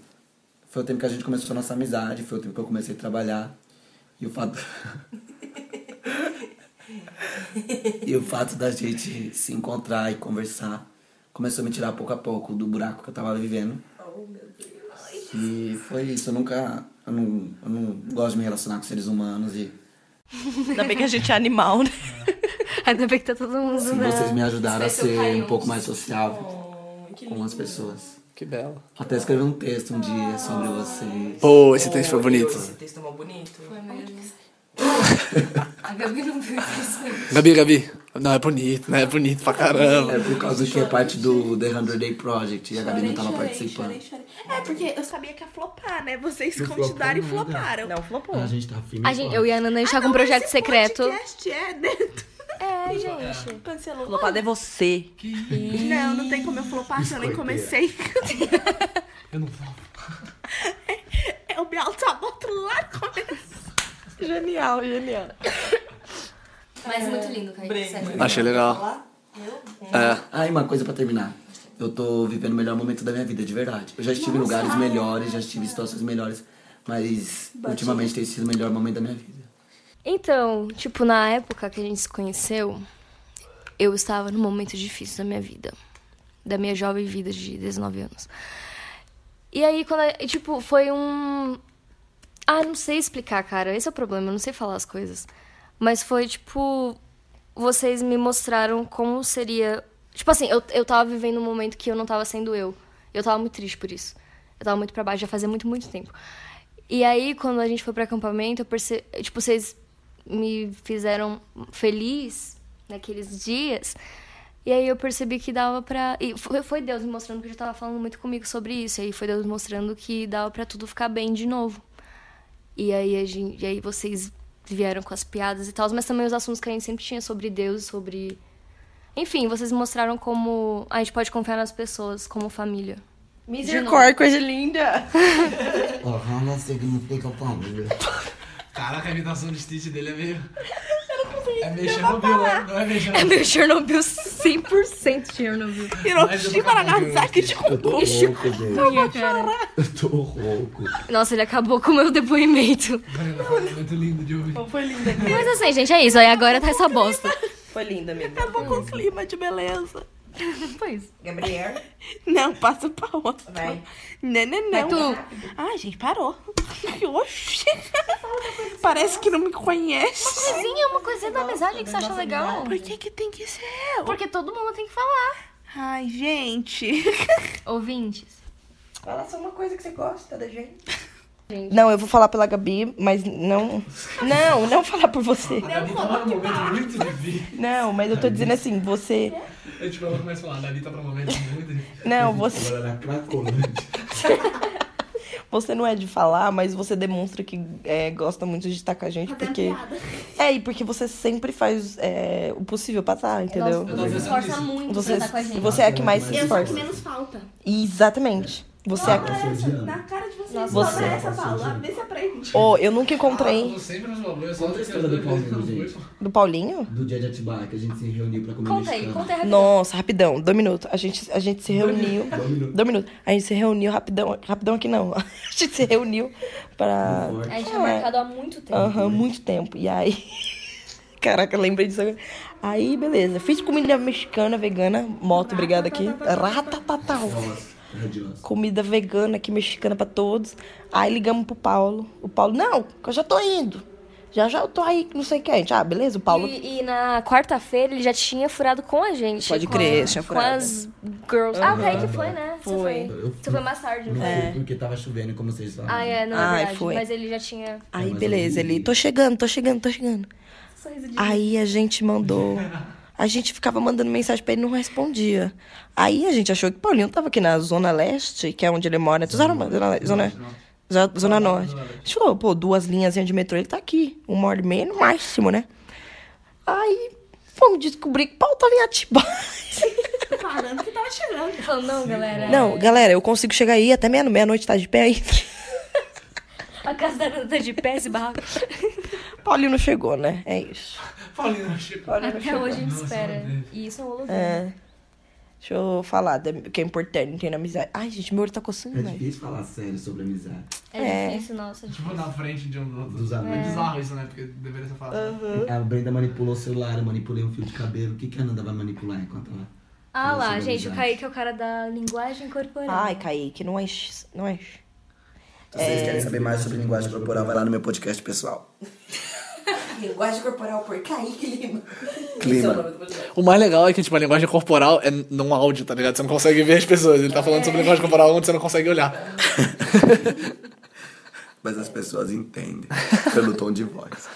F: foi o tempo que a gente começou a nossa amizade, foi o tempo que eu comecei a trabalhar. E o fato. e o fato da gente se encontrar e conversar começou a me tirar pouco a pouco do buraco que eu tava vivendo.
G: Oh,
F: E foi isso, eu nunca. Eu não, eu não gosto de me relacionar com seres humanos e
M: Ainda bem que a gente é animal, né?
C: Ainda bem que tá todo mundo,
G: Uhum.
F: assim,
C: né?
F: vocês me ajudaram a
L: Especial
F: ser
L: carinho.
F: um pouco mais social com as pessoas.
G: Que belo.
F: Até escrevi um texto um dia sobre vocês.
G: Pô, esse texto foi bonito.
M: Esse texto é mó bonito.
L: Foi mesmo. A Gabi não viu isso.
G: Gabi, Gabi. Não, é bonito, né? É bonito pra caramba.
F: É por causa que é parte do The 100 Day Project e a Gabi não tava participando.
I: É, porque eu sabia que ia flopar, né? Vocês continuaram e floparam.
M: Não, flopou.
H: Hum.
D: gente tá firme.
C: A gente, eu e a Nana, a gente tá com um projeto secreto.
I: podcast é, né?
C: É, gente.
I: Cancelou.
M: Flopado é você.
I: Não, não tem como eu flopar se eu nem comecei.
D: Eu não falo.
E: É,
I: Eu me
E: tá
I: auto-boto lá no começo.
M: Genial, genial.
L: Mas muito lindo, Kaique. sério.
G: Achei legal. É.
F: Ah, e uma coisa pra terminar. Eu tô vivendo o melhor momento da minha vida, de verdade. Eu já estive em lugares melhores, já estive em situações melhores, mas ultimamente tem sido o melhor momento da minha vida.
C: Então, tipo, na época que a gente se conheceu, eu estava num momento difícil da minha vida. Da minha jovem vida de 19 anos. E aí, quando. a- Tipo, foi um. Ah, não sei explicar, cara. Esse é o problema, eu não sei falar as coisas. Mas foi, tipo. vocês me mostraram como seria. Tipo assim, eu, eu tava vivendo um momento que eu não tava sendo eu. Eu tava muito triste por isso. Eu tava muito pra baixo, já fazia muito, muito tempo. E aí, quando a gente foi pro acampamento, eu percebi. Tipo, vocês me fizeram feliz naqueles dias. E aí eu percebi que dava pra. E foi foi Deus me mostrando que eu já tava falando muito comigo sobre isso. E aí foi Deus me mostrando que dava pra tudo ficar bem de novo. E aí, a gente, e aí vocês vieram com as piadas e tal, mas também os assuntos que a gente sempre tinha sobre Deus, sobre. Enfim, vocês mostraram como a gente pode confiar nas pessoas como família.
B: Misericórdia, coisa linda!
H: Havana significa família.
D: Caraca, a imitação de Stitch dele é meio. É meio
C: entender
D: Chernobyl,
C: uma
D: né? Não é meio Chernobyl.
C: É meu Chernobyl, 100% Chernobyl.
D: Hiroshima, Nagasaki,
H: Eu tô
C: Ixi,
H: louco, gente.
C: Cunha, cara.
H: Eu tô louco.
C: Nossa, ele acabou com o meu depoimento.
D: tá Muito lindo de ouvir.
B: Foi linda,
C: Mas assim, gente, é isso. Aí agora tá essa bosta.
B: Foi linda, amiga.
E: Acabou com o clima de beleza.
C: Pois.
B: Gabriel,
E: Não, passa pra outra.
B: vai.
E: Não, não,
C: Mas
E: não.
C: tu-
E: Ah, gente, parou. Oxi. Parece que não me conhece.
C: Coisinha, é uma coisinha da amizade que você acha legal.
I: é
E: Por que que tem que ser eu?
C: Porque todo mundo tem que falar.
E: Ai, gente.
C: Ouvintes.
B: Fala só uma coisa que você gosta da gente.
C: Gente.
B: Não, eu vou falar pela Gabi, mas não. Não, não falar por você.
D: A Davi tá num momento muito difícil.
B: Não, mas eu tô dizendo assim, você.
D: Eu tipo, ela começa a falar, a Davi tá num momento muito difícil.
B: Não, você,
H: Agora na Cracolândia.
B: você não é de falar, mas você demonstra que é, gosta muito de estar com a gente, porque. É, e porque você sempre faz é, o possível pra estar,
D: Eu
B: entendeu?
D: tô
C: Se
D: pensando
C: esforça
D: nisso.
C: muito
B: Você,
C: pra estar com a gente.
B: você é a que mais se
H: Eu sou a que
B: esforça.
I: Menos falta.
B: Exatamente. Você é a que.
H: Essa
I: Na cara de vocês,
C: Nossa,
I: sobra
B: você-
I: essa bala. Vê se aprende.
B: Oh, eu
D: Ah,
B: nunca
D: eu
B: encontrei.
D: tô sempre nos bagulhos, eu só
H: Conta a
D: tô
H: história do
D: tentando ver
H: Paulinho,
D: se eu
H: gente.
D: fui.
B: Do Paulinho?
H: Do dia de Atibaia, que a gente se reuniu pra comer
C: Conta aí,
H: mexicano.
C: conta aí rapidão.
B: Nossa, rapidão, dois minutos. A gente, a gente se reuniu.
H: Dominou.
B: Dois minutos. A gente se reuniu rapidão. Rapidão aqui não. A gente se reuniu pra.
H: Forte.
C: A gente tinha
B: É.
C: marcado há muito tempo.
B: Aham, muito tempo. E aí. Caraca, eu lembrei disso agora. Aí, beleza. Fiz comida mexicana, vegana. Moto, obrigada aqui. Ratapatal.
H: Nossa, radiosa.
B: Comida vegana aqui, mexicana pra todos. Aí ligamos pro Paulo. O Paulo, não, que eu já tô indo. Já já eu tô aí, que não sei quem. Ah, beleza, o Paulo.
C: E, e na quarta-feira ele já tinha furado com a gente.
B: Pode
C: com
B: crer,
C: a-
B: tinha
C: Com
B: furado.
C: as girls. Ah, o Kaique foi, né? Você
B: Foi. É.
C: foi.
H: Eu
C: Você foi mais tarde, não
H: Não
C: foi?
H: sei porque tava chovendo, como vocês falaram.
C: Ah, é, não é
B: Ai,
C: verdade.
B: foi.
C: Mas ele já tinha
B: Aí,
H: mas
B: beleza,
H: ele-
B: ele. Tô chegando, tô chegando, tô chegando.
C: sorriso de...
B: Aí a gente mandou. A gente ficava mandando mensagem pra ele e não respondia. Aí a gente achou que o Paulinho tava aqui na Zona Leste, que é onde ele mora. Tu Zona, zona, Leste, zona, Zo- zona Norte. A gente falou, pô, duas linhas de metrô, ele tá aqui. Uma hora e meia no máximo, né? Aí fomos descobrir que o Paulo tava em Atibaia.
I: Falando que tava chegando.
C: Falando, não, galera.
D: tipo,
B: Não, galera, eu consigo chegar aí até meia- meia-noite, tá de pé aí.
C: A casa da Nanda de pé, esse barraco.
B: Paulinho não chegou, né? É isso.
D: Paulinho, não chegou.
C: Até hoje a gente
D: Nossa,
C: espera.
D: meu
C: E isso é um holograma.
B: É. Deixa eu falar da- o que é importante na amizade. Ai, gente, meu olho tá coçando,
H: É
B: velho.
H: difícil falar sério sobre amizade.
C: É,
B: É.
C: difícil, nossa.
D: Tipo, na frente de um do outro.
H: Dos amigos.
D: É bizarro isso, né? Porque deveria ser fácil.
H: A Brenda manipulou o celular, eu manipulei um fio de cabelo. O que, que a Nanda vai manipular enquanto ela...
C: Ah lá,
H: Isso,
C: gente, o
H: verdade.
C: Kaique é o cara da linguagem corporal.
B: Ai, Kaique, não enche. Não é enche.
F: Se
G: É.
F: vocês querem saber mais sobre linguagem corporal, vai lá no meu podcast pessoal.
B: Linguagem corporal por Kaique Lima.
G: é
F: Clima.
G: O mais legal é que, tipo, a linguagem corporal é num áudio, tá ligado? Você não consegue ver as pessoas. Ele tá
C: É.
G: falando sobre linguagem corporal onde você não consegue olhar.
F: Mas as pessoas entendem pelo tom de voz.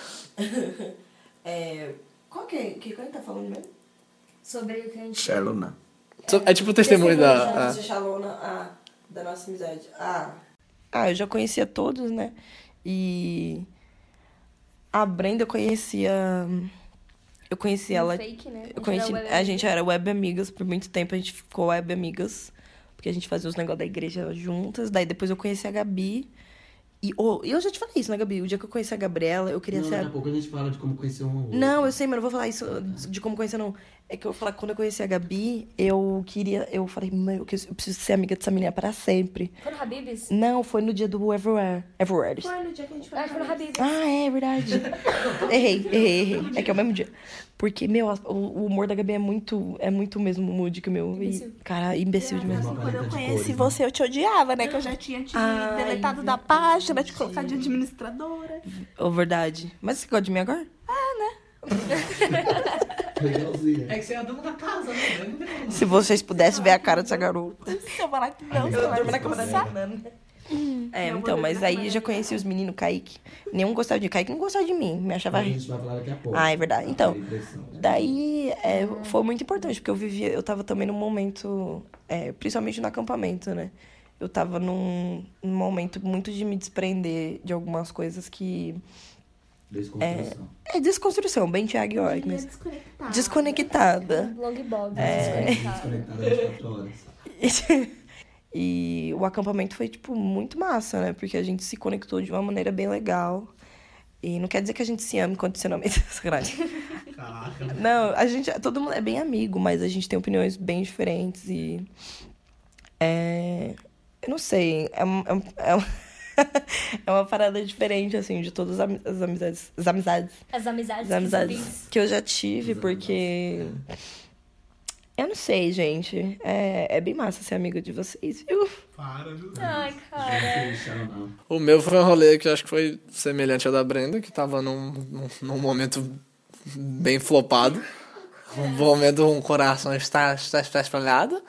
B: É, qual que é? Que que ele tá falando mesmo?
C: Sobre o que a gente.
F: Sherlona.
G: So- É tipo o testemunho da.
B: Testemunho de Shalona, ah, da nossa amizade. Ah. Ah, eu já conhecia todos, né? E a Brenda eu conhecia. Eu conheci
C: Um
B: ela.
C: fake, né?
B: Eu conheci,
C: era
B: a gente era web amigas por muito tempo, a gente ficou web amigas, porque a gente fazia os negócios da igreja juntas. Daí depois eu conheci a Gabi. E ô, eu já te falei isso, né, Gabi? O dia que eu conheci a Gabriela, eu queria
H: Não,
B: ser.
H: daqui
B: a-
H: a pouco a gente fala de como conhecer um ao outro.
B: Não, eu sei, mas eu não vou falar isso de como conhecer, não. É que eu vou falar que quando eu conheci a Gabi, eu queria. Eu falei, mãe, eu que- eu preciso ser amiga dessa menina pra sempre.
C: Foram Habibs?
B: Não, foi no dia do Everywhere. Everywhere.
I: Foi no dia que a gente foi.
C: Ah, foram Habibs.
B: Ah, é verdade. errei, errei, errei. É que é o mesmo dia. Porque, meu, as- o, o humor da Gabi é muito, é muito o mesmo mood que o meu. E,
C: Imbecil.
B: cara, imbecil de mesmo.
H: Uma
I: Tipo assim, Quando
H: paleta
I: eu
H: de
E: Se
H: cores,
E: você, eu te odiava, né? Que eu já tinha te
B: Ai,
E: deletado da
B: verdade.
E: página, te colocado de administradora.
B: Oh, verdade. Mas você gosta de mim agora?
H: legalzinha.
D: É que você é a dona da casa, né? Não tem como.
B: Se vocês pudessem ver a cara dessa garota.
E: Se eu falar que não,
B: Eu
E: você vai
B: durmo
E: me
B: na cama da minha
E: expulsar.
B: É, então, mas aí já conheci os meninos Kaique. Nenhum gostava de Kaique, não gostava de mim. Me achava.
H: É. A gente vai falar daqui a pouco.
B: Ah, é verdade. Então,
H: Depressão.
B: daí é, foi muito importante, porque eu vivia, eu tava também num momento, é, principalmente no acampamento, né? Eu tava num, num momento muito de me desprender de algumas coisas que.
H: Desconstrução.
B: É, é desconstrução, bem Thiago e Orkney. Desconectada.
C: Blog Bob.
B: É.
H: Desconectada 24 horas.
B: E o acampamento foi, tipo, muito massa, né? Porque a gente se conectou de uma maneira bem legal. E não quer dizer que a gente se ama enquanto se não Sacanagem.
D: Caraca.
B: Não, a gente. Todo mundo é bem amigo, mas a gente tem opiniões bem diferentes e. É. Eu não sei. É, um- é, um- é, um- é uma parada diferente, assim, de todas as ami- as amizades. As amizades.
C: As amizades.
B: As
C: que
B: amizades que eu já tive, porque. Eu não sei, gente. É, é bem massa ser amigo de vocês, viu?
D: Para, viu?
C: fiz. Ai, cara.
G: O meu foi um rolê que eu acho que foi semelhante ao da Brenda, que tava num, num, num momento bem flopado. Um momento, um coração está, está, está espalhado.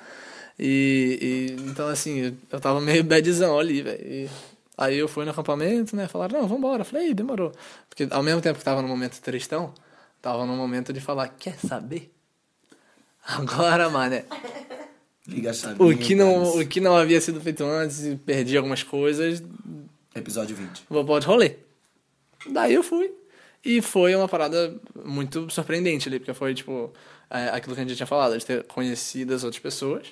G: E, e, então, assim, eu- eu tava meio badzão ali, velho. E Aí eu fui no acampamento, né? Falaram, não, vambora. Eu Falei, "Ih, demorou. Porque ao mesmo tempo que tava num momento tristão, tava num momento de falar, quer saber? Agora, mané,
F: Liga a chavinha.
G: o que, não, o que não havia sido feito antes e perdi algumas coisas.
F: Episódio 20.
G: Vou pode rolê. Daí eu fui. E foi uma parada muito surpreendente ali, porque foi, tipo, é, aquilo que a gente já tinha falado, de ter conhecido as outras pessoas.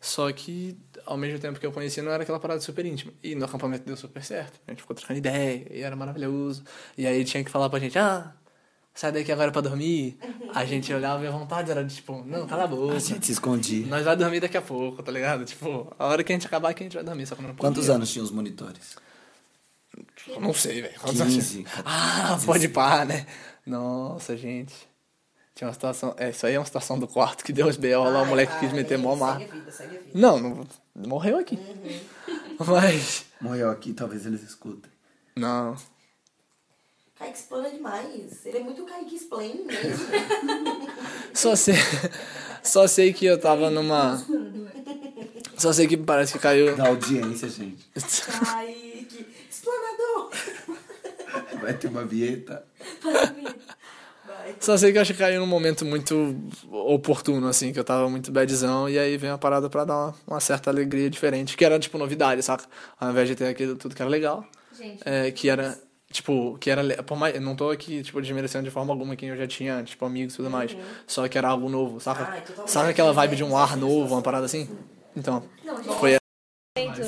G: Só que, ao mesmo tempo que eu conhecia, não era aquela parada super íntima. E no acampamento deu super certo. A gente ficou trocando ideia, e era maravilhoso. E aí tinha que falar pra gente, ah, sai daqui agora pra dormir. A gente olhava e a vontade era, tipo, não, cala a boca.
F: A gente se escondia.
G: Nós vai dormir daqui a pouco, tá ligado? Tipo, a hora que a gente acabar aqui, a gente vai dormir. Só que não
F: Quantos
G: podia.
F: anos tinham os monitores?
G: Eu Não sei, velho. Quantos anos?
F: 15.
G: Ah, pode pá, né? Nossa, gente. Tinha uma situação. É, isso aí é uma situação do quarto que deu os B.O. lá, o moleque quis meter mó mar.
B: é
G: Não, não, morreu aqui. Mas.
F: Morreu aqui, talvez eles escutem.
G: Não.
B: Kaique explana demais. Ele é muito Kaique né? explain mesmo.
G: Só sei. Só sei que eu tava numa. Só sei que parece que caiu.
F: Da audiência, gente.
B: Kaique, explanador.
F: Vai ter uma vinheta.
G: Só sei que eu acho que caiu num momento muito oportuno, assim, que eu tava muito badzão, e aí vem uma parada pra dar uma, uma certa alegria diferente, que era, tipo, novidade, saca? Ao invés de ter aquilo tudo que era legal,
C: Gente.
G: é, que era, tipo, que era, le- por mais, eu não tô aqui, tipo, desmerecendo de forma alguma quem eu já tinha, tipo, amigos e tudo mais, só que era algo novo, saca?
B: Ah, é totalmente
G: saca aquela vibe de um ar novo, uma parada assim? Então,
C: Não, gente.
G: foi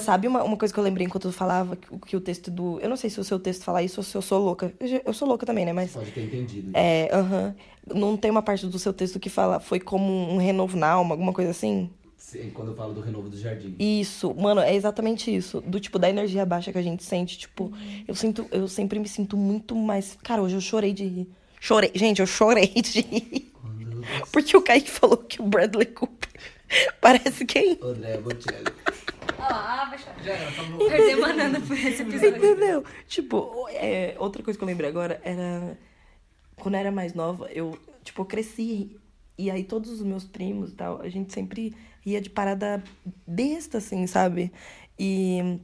B: Sabe uma, uma coisa que eu lembrei enquanto eu falava que, o- que o texto do. Eu não sei se o seu texto fala isso ou se eu sou louca. Eu, já- eu sou louca também, né? Mas.
H: Pode ter entendido.
B: É, aham. Não tem uma parte do seu texto que fala. Foi como um renovo na alma, alguma coisa assim?
H: Sim, Quando eu falo do renovo do jardim.
B: Isso, mano, é exatamente isso. Do tipo, da energia baixa que a gente sente. Tipo, eu sinto, eu sempre me sinto muito mais. Cara, hoje eu chorei de rir. Chorei, gente, eu chorei de rir. Porque o Kaique falou que o Bradley Cooper parece é quem?
H: André Bocelli.
C: Ah, vai chorar.
D: Já era, tá bom.
C: Perdeu manando por esse episódio.
B: Entendeu? Tipo, o- é, outra coisa que eu lembrei agora era. Quando eu era mais nova, eu, tipo, eu cresci. E aí todos os meus primos e tal, a gente sempre ia de parada besta, assim, sabe? E.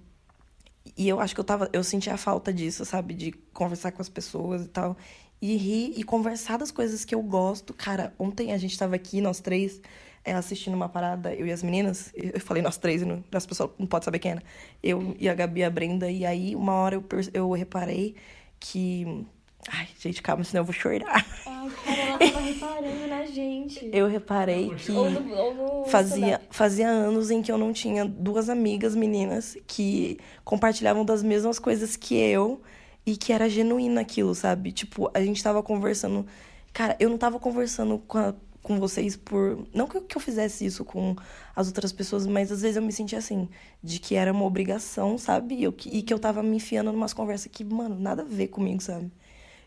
B: E eu acho que eu tava. Eu sentia a falta disso, sabe? De conversar com as pessoas e tal. E rir e conversar das coisas que eu gosto. Cara, ontem a gente tava aqui, nós três, é, assistindo uma parada, eu e as meninas. Eu falei nós três, e não- as pessoas não podem saber quem era. Eu e a Gabi e a Brenda. E aí, uma hora eu, perce- eu reparei que. Ai, gente, calma, senão eu vou chorar.
C: Ai, cara, ela tava reparando na gente.
B: Eu reparei que
C: Ou no, ou no
B: fazia,
C: stand-up.
B: fazia anos em que eu não tinha duas amigas meninas que compartilhavam das mesmas coisas que eu e que era genuíno aquilo, sabe? Tipo, a gente tava conversando. Cara, eu não tava conversando com, a- com vocês por. Não que eu, que eu fizesse isso com as outras pessoas, mas às vezes eu me sentia assim, de que era uma obrigação, sabe? Eu, que- e que eu tava me enfiando numas conversas que, mano, nada a ver comigo, sabe?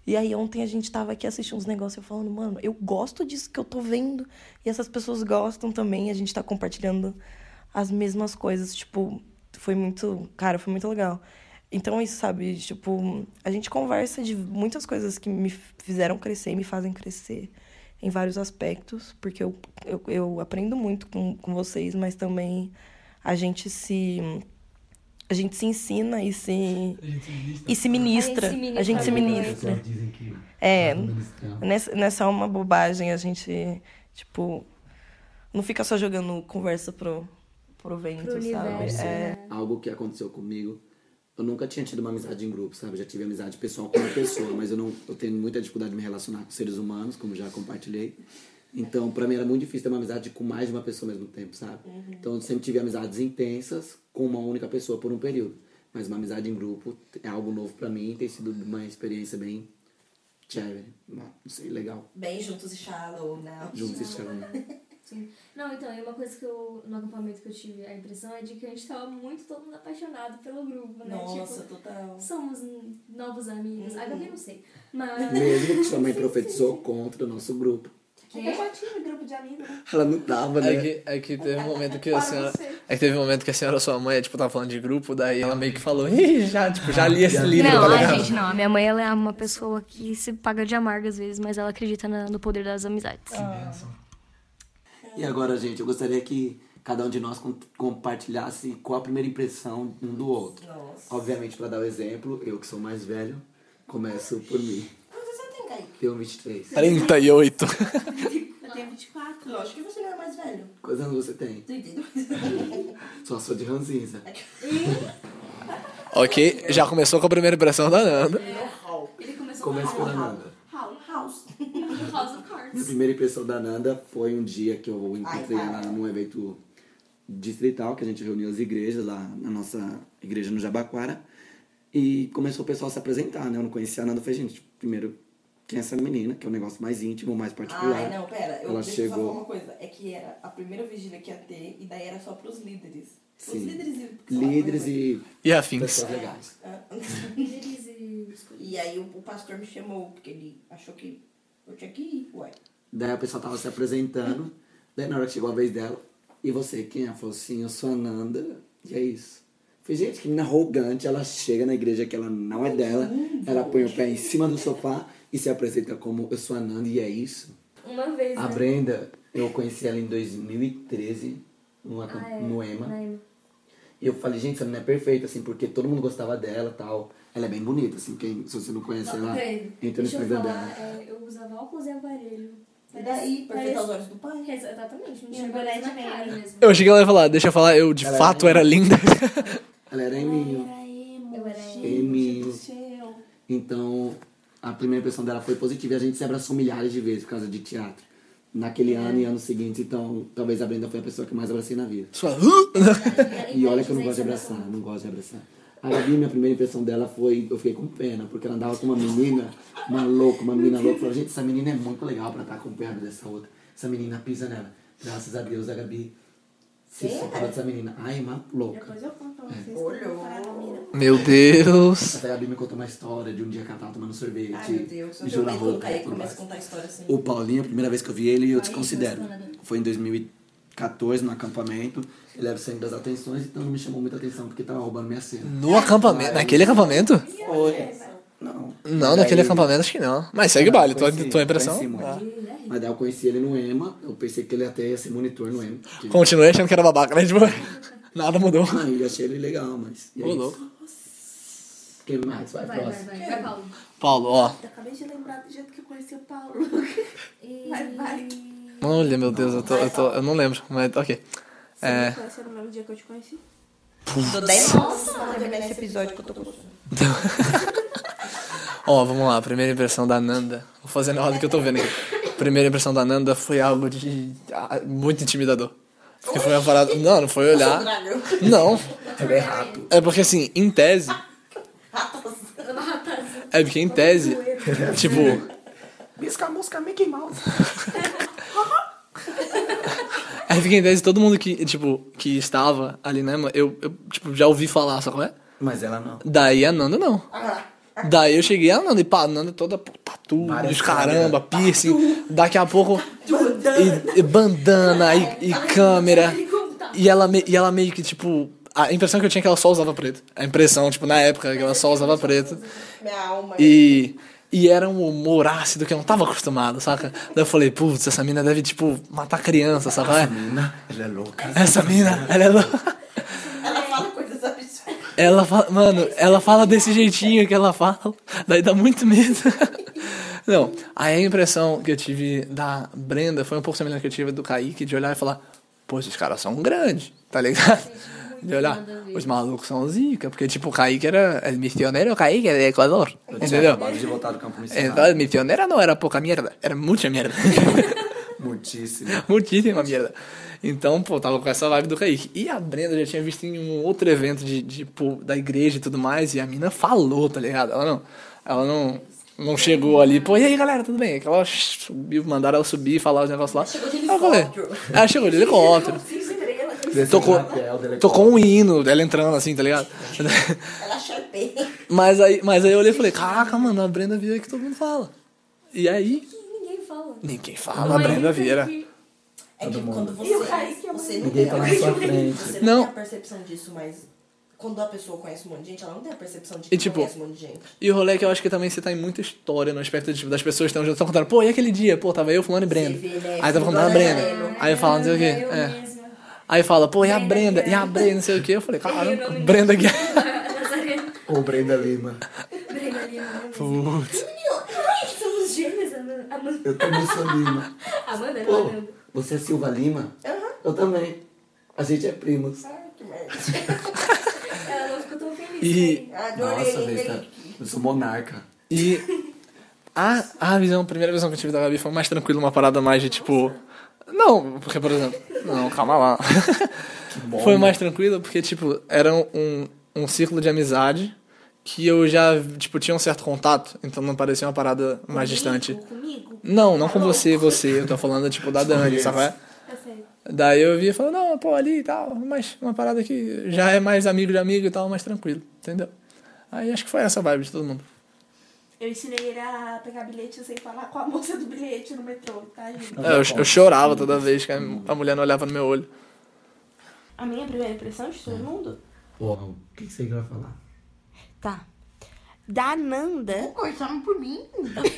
B: E aí ontem a gente tava aqui assistindo uns negócios, eu falando, mano, eu gosto disso que eu tô vendo. E essas pessoas gostam também, e a gente tá compartilhando as mesmas coisas. Tipo, foi muito. Cara, foi muito legal. Então, isso, sabe? Tipo, a gente conversa de muitas coisas que me fizeram crescer e me fazem crescer. em vários aspectos, porque eu, eu, eu aprendo muito com, com vocês, mas também a gente se. A gente se ensina e se. E se ministra. A gente se ministra.
H: Dizem que tá
B: É.
H: Ministrar.
B: Nessa, nessa é uma bobagem, a gente, tipo. Não fica só jogando conversa pro, pro vento,
C: Pro
B: sabe?
C: universo,
B: É.
F: Algo que aconteceu comigo. Eu nunca tinha tido uma amizade em grupo, sabe? Eu já tive amizade pessoal com uma pessoa, mas eu não eu tenho muita dificuldade de me relacionar com seres humanos, como já compartilhei. Então, pra mim era muito difícil ter uma amizade com mais de uma pessoa ao mesmo tempo, sabe?
H: Uhum.
F: Então, eu sempre tive amizades intensas com uma única pessoa por um período. Mas uma amizade em grupo é algo novo pra mim, tem sido uma experiência bem chévere, não sei, legal.
B: Bem juntos e shallow, né?
F: Juntos e shallow.
C: Sim. Não, então, e uma coisa que eu, no acampamento que eu tive a impressão é de que a gente tava muito todo mundo apaixonado pelo grupo, né?
B: Nossa,
C: tipo,
B: total.
C: Somos n- novos amigos. Uhum. Agora eu não sei. Mas. é
F: Mesmo que sua mãe profetizou contra o nosso grupo.
C: Que? é
I: Eu já tive grupo de amigos. né?
F: Ela não tava, né?
G: É que, é que teve um momento que a
I: Para
G: senhora.
I: você.
G: É que teve um momento que a senhora, sua mãe, tipo, tava falando de grupo, daí ela meio que falou, ih, já, tipo, já li esse livro,
C: Não,
G: tá
C: a
G: ligado?
C: gente não. A minha mãe ela é uma pessoa que se paga de amarga às vezes, mas ela acredita na- no poder das amizades.
F: E agora, gente, eu gostaria que cada um de nós com- compartilhasse qual a primeira impressão um do outro. Obviamente, pra dar o exemplo, eu que sou mais velho, começo por mim. Tenho 23.
G: 38.
I: Eu tenho 24.
B: Lógico que você não é mais velho.
F: Quantos anos você tem?
B: 32.
F: Só sou de ranzinza.
G: ok, já começou com a primeira impressão da Nanda.
I: Ele começou
F: Começo
I: com
F: pela Nanda.
I: House. House.
L: House
I: of Cards.
F: Minha primeira impressão da Nanda foi um dia que eu encontrei
I: Ai,
F: ela num evento distrital, que a gente reuniu as igrejas lá na nossa igreja no Jabaquara. E começou o pessoal a se apresentar, né? Eu não conhecia a Nanda. Eu falei, gente, primeiro, quem é essa menina? Que é um negócio mais íntimo, mais particular.
B: Ai, não, pera. Eu
F: ela
B: deixa eu só falar
F: chegou...
B: uma coisa. É que era a primeira vigília que ia ter, e daí era só pros líderes. Os
F: Sim.
B: líderes e...
F: Líderes e...
G: E afins.
F: Pessoas legais.
B: Líderes e... Ah. E aí o, o pastor me chamou, porque ele achou que eu tinha que ir, ué.
F: Daí a pessoa tava se apresentando. Daí na hora que chegou a vez dela, e você, quem é? Ela falou assim, eu sou a Nanda. E é isso. Falei, gente, que menina arrogante. Ela chega na igreja que ela não é dela. Ela põe o pé em cima do sofá e se apresenta como eu sou a Nanda e é isso.
C: Uma vez. né?
F: A Brenda, eu conheci ela em 2013, no,
C: Ah,
F: acam-
C: é.
F: no EMA. E eu falei, gente, essa menina é perfeita, assim, porque todo mundo gostava dela e tal. Ela é bem bonita, assim, quem, se você não conhece ela, entra no
C: Deixa eu
F: Instagram dela.
C: falar, é, eu usava óculos e aparelho.
B: E daí,
C: Parece-
B: perfeito aos olhos do pai.
C: Exatamente, não
B: E
C: tinha
B: agora é
C: nada
B: de
C: na cara
B: meia.
C: mesmo.
G: Eu achei que ela ia falar, deixa eu falar, eu de
F: Ela é
G: fato era linda.
F: Ela era Eminho.
C: Eu era emo.
F: Eminho. Então, a primeira impressão dela foi positiva e a gente se abraçou milhares de vezes por causa de teatro. Naquele ano e ano seguinte, então, talvez a Brenda foi a pessoa que mais abracei na vida.
G: Sua...
F: e olha que eu não gosto de abraçar, não gosto de abraçar. A Gabi, minha primeira impressão dela foi, eu fiquei com pena, porque ela andava com uma menina, uma louca, uma menina louca. Eu Falei, gente, essa menina é muito legal pra estar com perto dessa outra. Essa menina pisa nela. Graças a Deus, a Gabi se
I: Sério?
F: separou dessa menina. Ai, uma louca.
I: Depois eu conto pra vocês. como eu parava na mina.
G: Meu Deus.
F: Até a Gabi me contou uma história de um dia que ela tava tomando sorvete.
B: Ai, meu Deus. Eu
F: mijou na
N: um
B: também
F: roupa.
G: né,
B: aí
F: e tudo
B: começa a
F: mais.
B: contar a história assim.
F: O Paulinho, a primeira vez que eu vi ele, eu
B: Ai,
F: desconsidero.
B: gostando.
F: Foi em 2014, no acampamento. Ele era saindo das atenções, então não me chamou muita atenção, porque tava roubando minha cena.
G: No acampamento? Naquele acampamento?
F: Foi. Não.
G: Não,
F: Mas
G: naquele
F: daí-
G: acampamento acho que não. Mas segue o baile, tua,
F: Conheci-
G: tua impressão?
F: conheci muito.
B: Ah.
F: Mas daí eu conheci ele no EMA, eu pensei que ele até ia ser monitor no EMA. porque-
G: Continuei achando que era babaca, né? Tipo, nada mudou.
F: Ah, eu achei ele legal, mas... e é
G: Ô,
F: isso.
G: louco.
F: Quem mais? Vai,
C: Vai, vai,
F: próximo.
C: vai, vai, Paulo.
G: Paulo, ó.
I: Eu acabei de lembrar do jeito que eu conheci o Paulo. Vai, vai.
G: Olha, meu Deus, eu, tô, eu, tô- eu não lembro, mas ok.
I: Você
G: É.
I: me conheceu no mesmo dia que eu te conheci?
B: Tô 10 anos pra terminar esse episódio que eu tô com sono.
G: Ó, vamos lá, primeira impressão da Nanda. Vou fazer na ordem que eu tô vendo aqui. Primeira impressão da Nanda foi algo de. ah, muito intimidador. Porque foi uma parada. Não, não foi olhar. Não.
F: Ela é rato.
G: É porque assim, em tese. É porque em tese. Tipo,
F: Bisca a música Mickey Mouse.
G: é porque em tese todo mundo que, tipo, que estava ali, né, mano, eu, eu tipo, já ouvi falar, sabe como é?
F: Mas ela não.
G: Daí a Nanda não. Daí eu cheguei a Nanda e pá, a Nanda é toda pô, tatu,
F: Várias
G: dos caramba, piercing. Daqui a pouco. E, e bandana e, e câmera. E ela, me- e ela meio que, tipo. A impressão que eu tinha é que ela só usava preto. A impressão, tipo, na época que ela só usava preto.
B: Minha alma.
G: E E era um humor ácido que eu não tava acostumado, saca? Daí eu falei, putz, essa mina deve, tipo, matar criança, saca?
F: Essa mina, ela é louca.
G: Essa mina, ela é louca.
N: Ela fala coisas absurdas.
G: Ela fala, mano, ela fala desse jeitinho que ela fala, daí dá muito medo. Não, aí a impressão que eu tive da Brenda foi um pouco semelhante que eu tive do Kaique, de olhar e falar, pô, esses caras são grandes, tá ligado? De olhar, os malucos são zica, porque tipo, o Kaique era el missioneiro, o Kaique era de Equador,
F: Eu tinha
G: entendeu?
F: acabado de voltar do campo missionário.
G: Então, el missioneiro não era pouca merda, era muita merda. tá-
F: Muitíssimo.
G: Muitíssima merda. Então, pô, tava com essa vibe do Kaique. E a Brenda eu já tinha visto em um outro evento de, de, pô, da igreja e tudo mais, e a mina falou, tá ligado? Ela não, ela não, não chegou ali, pô, e aí galera, tudo bem? Aquela subiu, mandaram ela subir e falar os negócios lá.
N: Chegou de
G: Ela falou,
N: helicóptero.
G: Ela chegou de helicóptero.
N: Cinco estrelas.
G: Tocou, tocou um hino dela entrando assim, tá ligado?
N: Ela chapei.
G: Mas aí, mas aí eu olhei e falei, caraca, mano, a Brenda Vieira que todo mundo fala. E aí,
N: Ninguém fala.
G: ninguém fala, a Brenda Vieira.
N: É que
G: Todo
N: quando
G: mundo.
N: você,
I: Kaique é muito
N: você não tem,
G: Ninguém tá na
N: você
G: sua
N: não tem-
G: frente.
N: Você
G: Não.
N: tem a percepção disso, mas quando a pessoa conhece um monte de gente, ela não tem a percepção de que
G: E tipo,
N: conhece um monte de gente.
G: e o rolê é que eu acho que também você tá em muita história no aspecto de, tipo, das pessoas estão estão contando, pô, e aquele dia? Pô, tava eu, fulano e Brenda.
N: vê, né?
G: Aí
N: Fulano
G: tava contando a
N: e
G: Brenda.
N: Breno.
G: Aí fala, não sei o quê.
N: Eu
G: é. Aí fala, pô, e a Brenda? E a Brenda, não sei o quê. Eu falei, caramba, Brenda aqui.
F: Ou Brenda Lima.
G: Putz.
L: Somos gêmeos, Amanda.
H: Eu também sou Lima.
L: Amanda,
H: Pô,
L: Amanda.
H: Você é Silva Lima?
N: Aham.
H: Eu também. A gente é primos.
L: Ela não ficou tão feliz.
G: E.
N: Adorei,
F: Nossa, Besta, eu sou monarca.
G: E a, a visão, a primeira visão que eu tive da Gabi foi mais tranquila, uma parada mais de tipo. Não, porque, por exemplo. Não, calma lá.
F: bom,
G: foi
F: né?
G: mais tranquila porque, tipo, era um, um círculo de amizade que eu já, tipo, tinha um certo contato, então não parecia uma parada mais distante.
I: um
L: Comigo?
G: Não, não com você, você. Eu tô falando, tipo, da Dani,
L: Conheço.
G: sabe?
L: Eu sei.
G: Daí eu via e falava, não, pô, ali e tal, mas uma parada que já é mais amigo de amigo e tal, mais tranquilo, entendeu? Aí acho que foi essa a vibe de todo mundo.
I: Eu ensinei ele a pegar bilhete sem falar com a moça do bilhete no metrô, tá, gente?
G: É, Eu, eu chorava toda vez que a, a mulher não olhava no meu olho.
I: A minha primeira impressão de todo mundo?
H: Uau, o que que você vai falar?
I: Tá. Da Nanda.
N: Começaram por mim.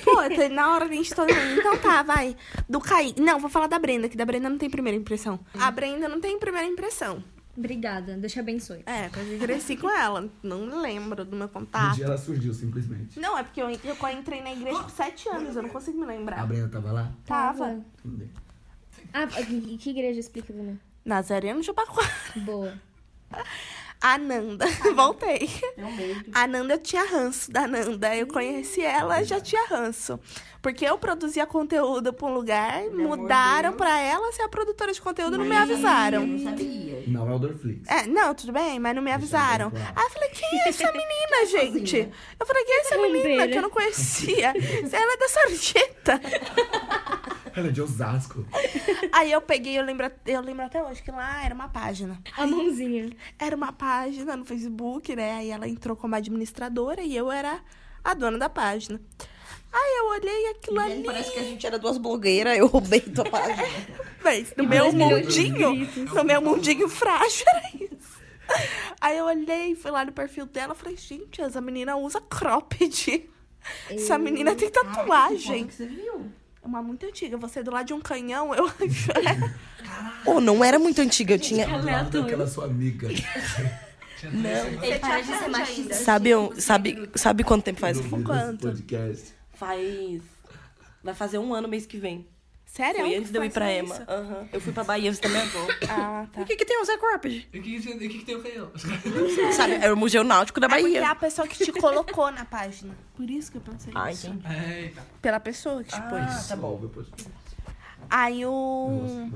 I: Pô, eu tô na hora de gente todo mundo. Então tá, vai. Do Kaique. Não, vou falar da Brenda, que da Brenda não tem primeira impressão. A Brenda não tem primeira impressão.
C: Obrigada, Deus te abençoe.
I: É, porque eu cresci com ela. Não me lembro do meu
H: Um
I: contato.
H: dia ela surgiu, simplesmente.
I: Não, é porque eu, eu entrei na igreja com sete anos, eu não consigo me
H: A
I: lembrar.
H: Brenda tava lá?
I: Tava.
C: Ah, que, que igreja explica, Bruna?
I: Nazareno Jabaquara.
C: Boa.
I: Ananda. Voltei. A Nanda tinha ranço da Nanda. Eu conheci ela, já tinha ranço. Porque eu produzia conteúdo pra um lugar, mudaram pra ela ser a produtora de conteúdo, não me avisaram.
H: Não é o Dorflix.
I: É, não, tudo bem, mas não me avisaram. Aí eu falei, quem é essa menina, gente? Eu falei, quem é essa menina que eu não conhecia? Ela é da sarjeta.
H: Ela é de Osasco.
I: Aí eu peguei, eu lembro, eu lembro até hoje que lá era uma página.
C: A mãozinha.
I: Era uma página no Facebook, né? Aí ela entrou como administradora e eu era a dona da página. Aí eu olhei aquilo ali.
N: Parece que a gente era duas blogueiras, eu roubei tua página.
I: Mas no
N: E
I: meu
N: dois milhões de
I: mundinho,
N: inscritos.
I: no meu mundinho frágil era isso. Aí eu olhei, fui lá no perfil dela falei, gente, essa menina usa cropped. Essa menina tem
N: Eita, que
I: tatuagem.
N: foto que você viu?
I: É uma muito antiga. Você do lado de um canhão, eu acho.
B: Ou não era muito antiga, eu tinha.
H: Do lado daquela sua amiga.
B: Não.
N: Ele para de ser machista.
B: Sabe, um- sabe, sabe quanto tempo faz?
H: Duvido desse Podcast.
N: Faz.
B: Vai fazer um ano mês que vem.
I: Sério? é um
B: Foi antes de eu ir pra Ema. Aham. Eu fui pra Bahia visitar minha avó.
I: Ah, tá.
B: O que, que tem o Zé Corpid?
D: E o que, que- e o que que tem o canhão?
B: Sabe, era o Museu Náutico da
I: É porque é
B: Bahia.
I: a pessoa que te colocou na página. Por isso que eu pensei
B: Ah,
I: isso.
B: entendi.
D: Eita.
I: Pela pessoa que te pôs.
H: tá bom.
I: Ah. Aí o.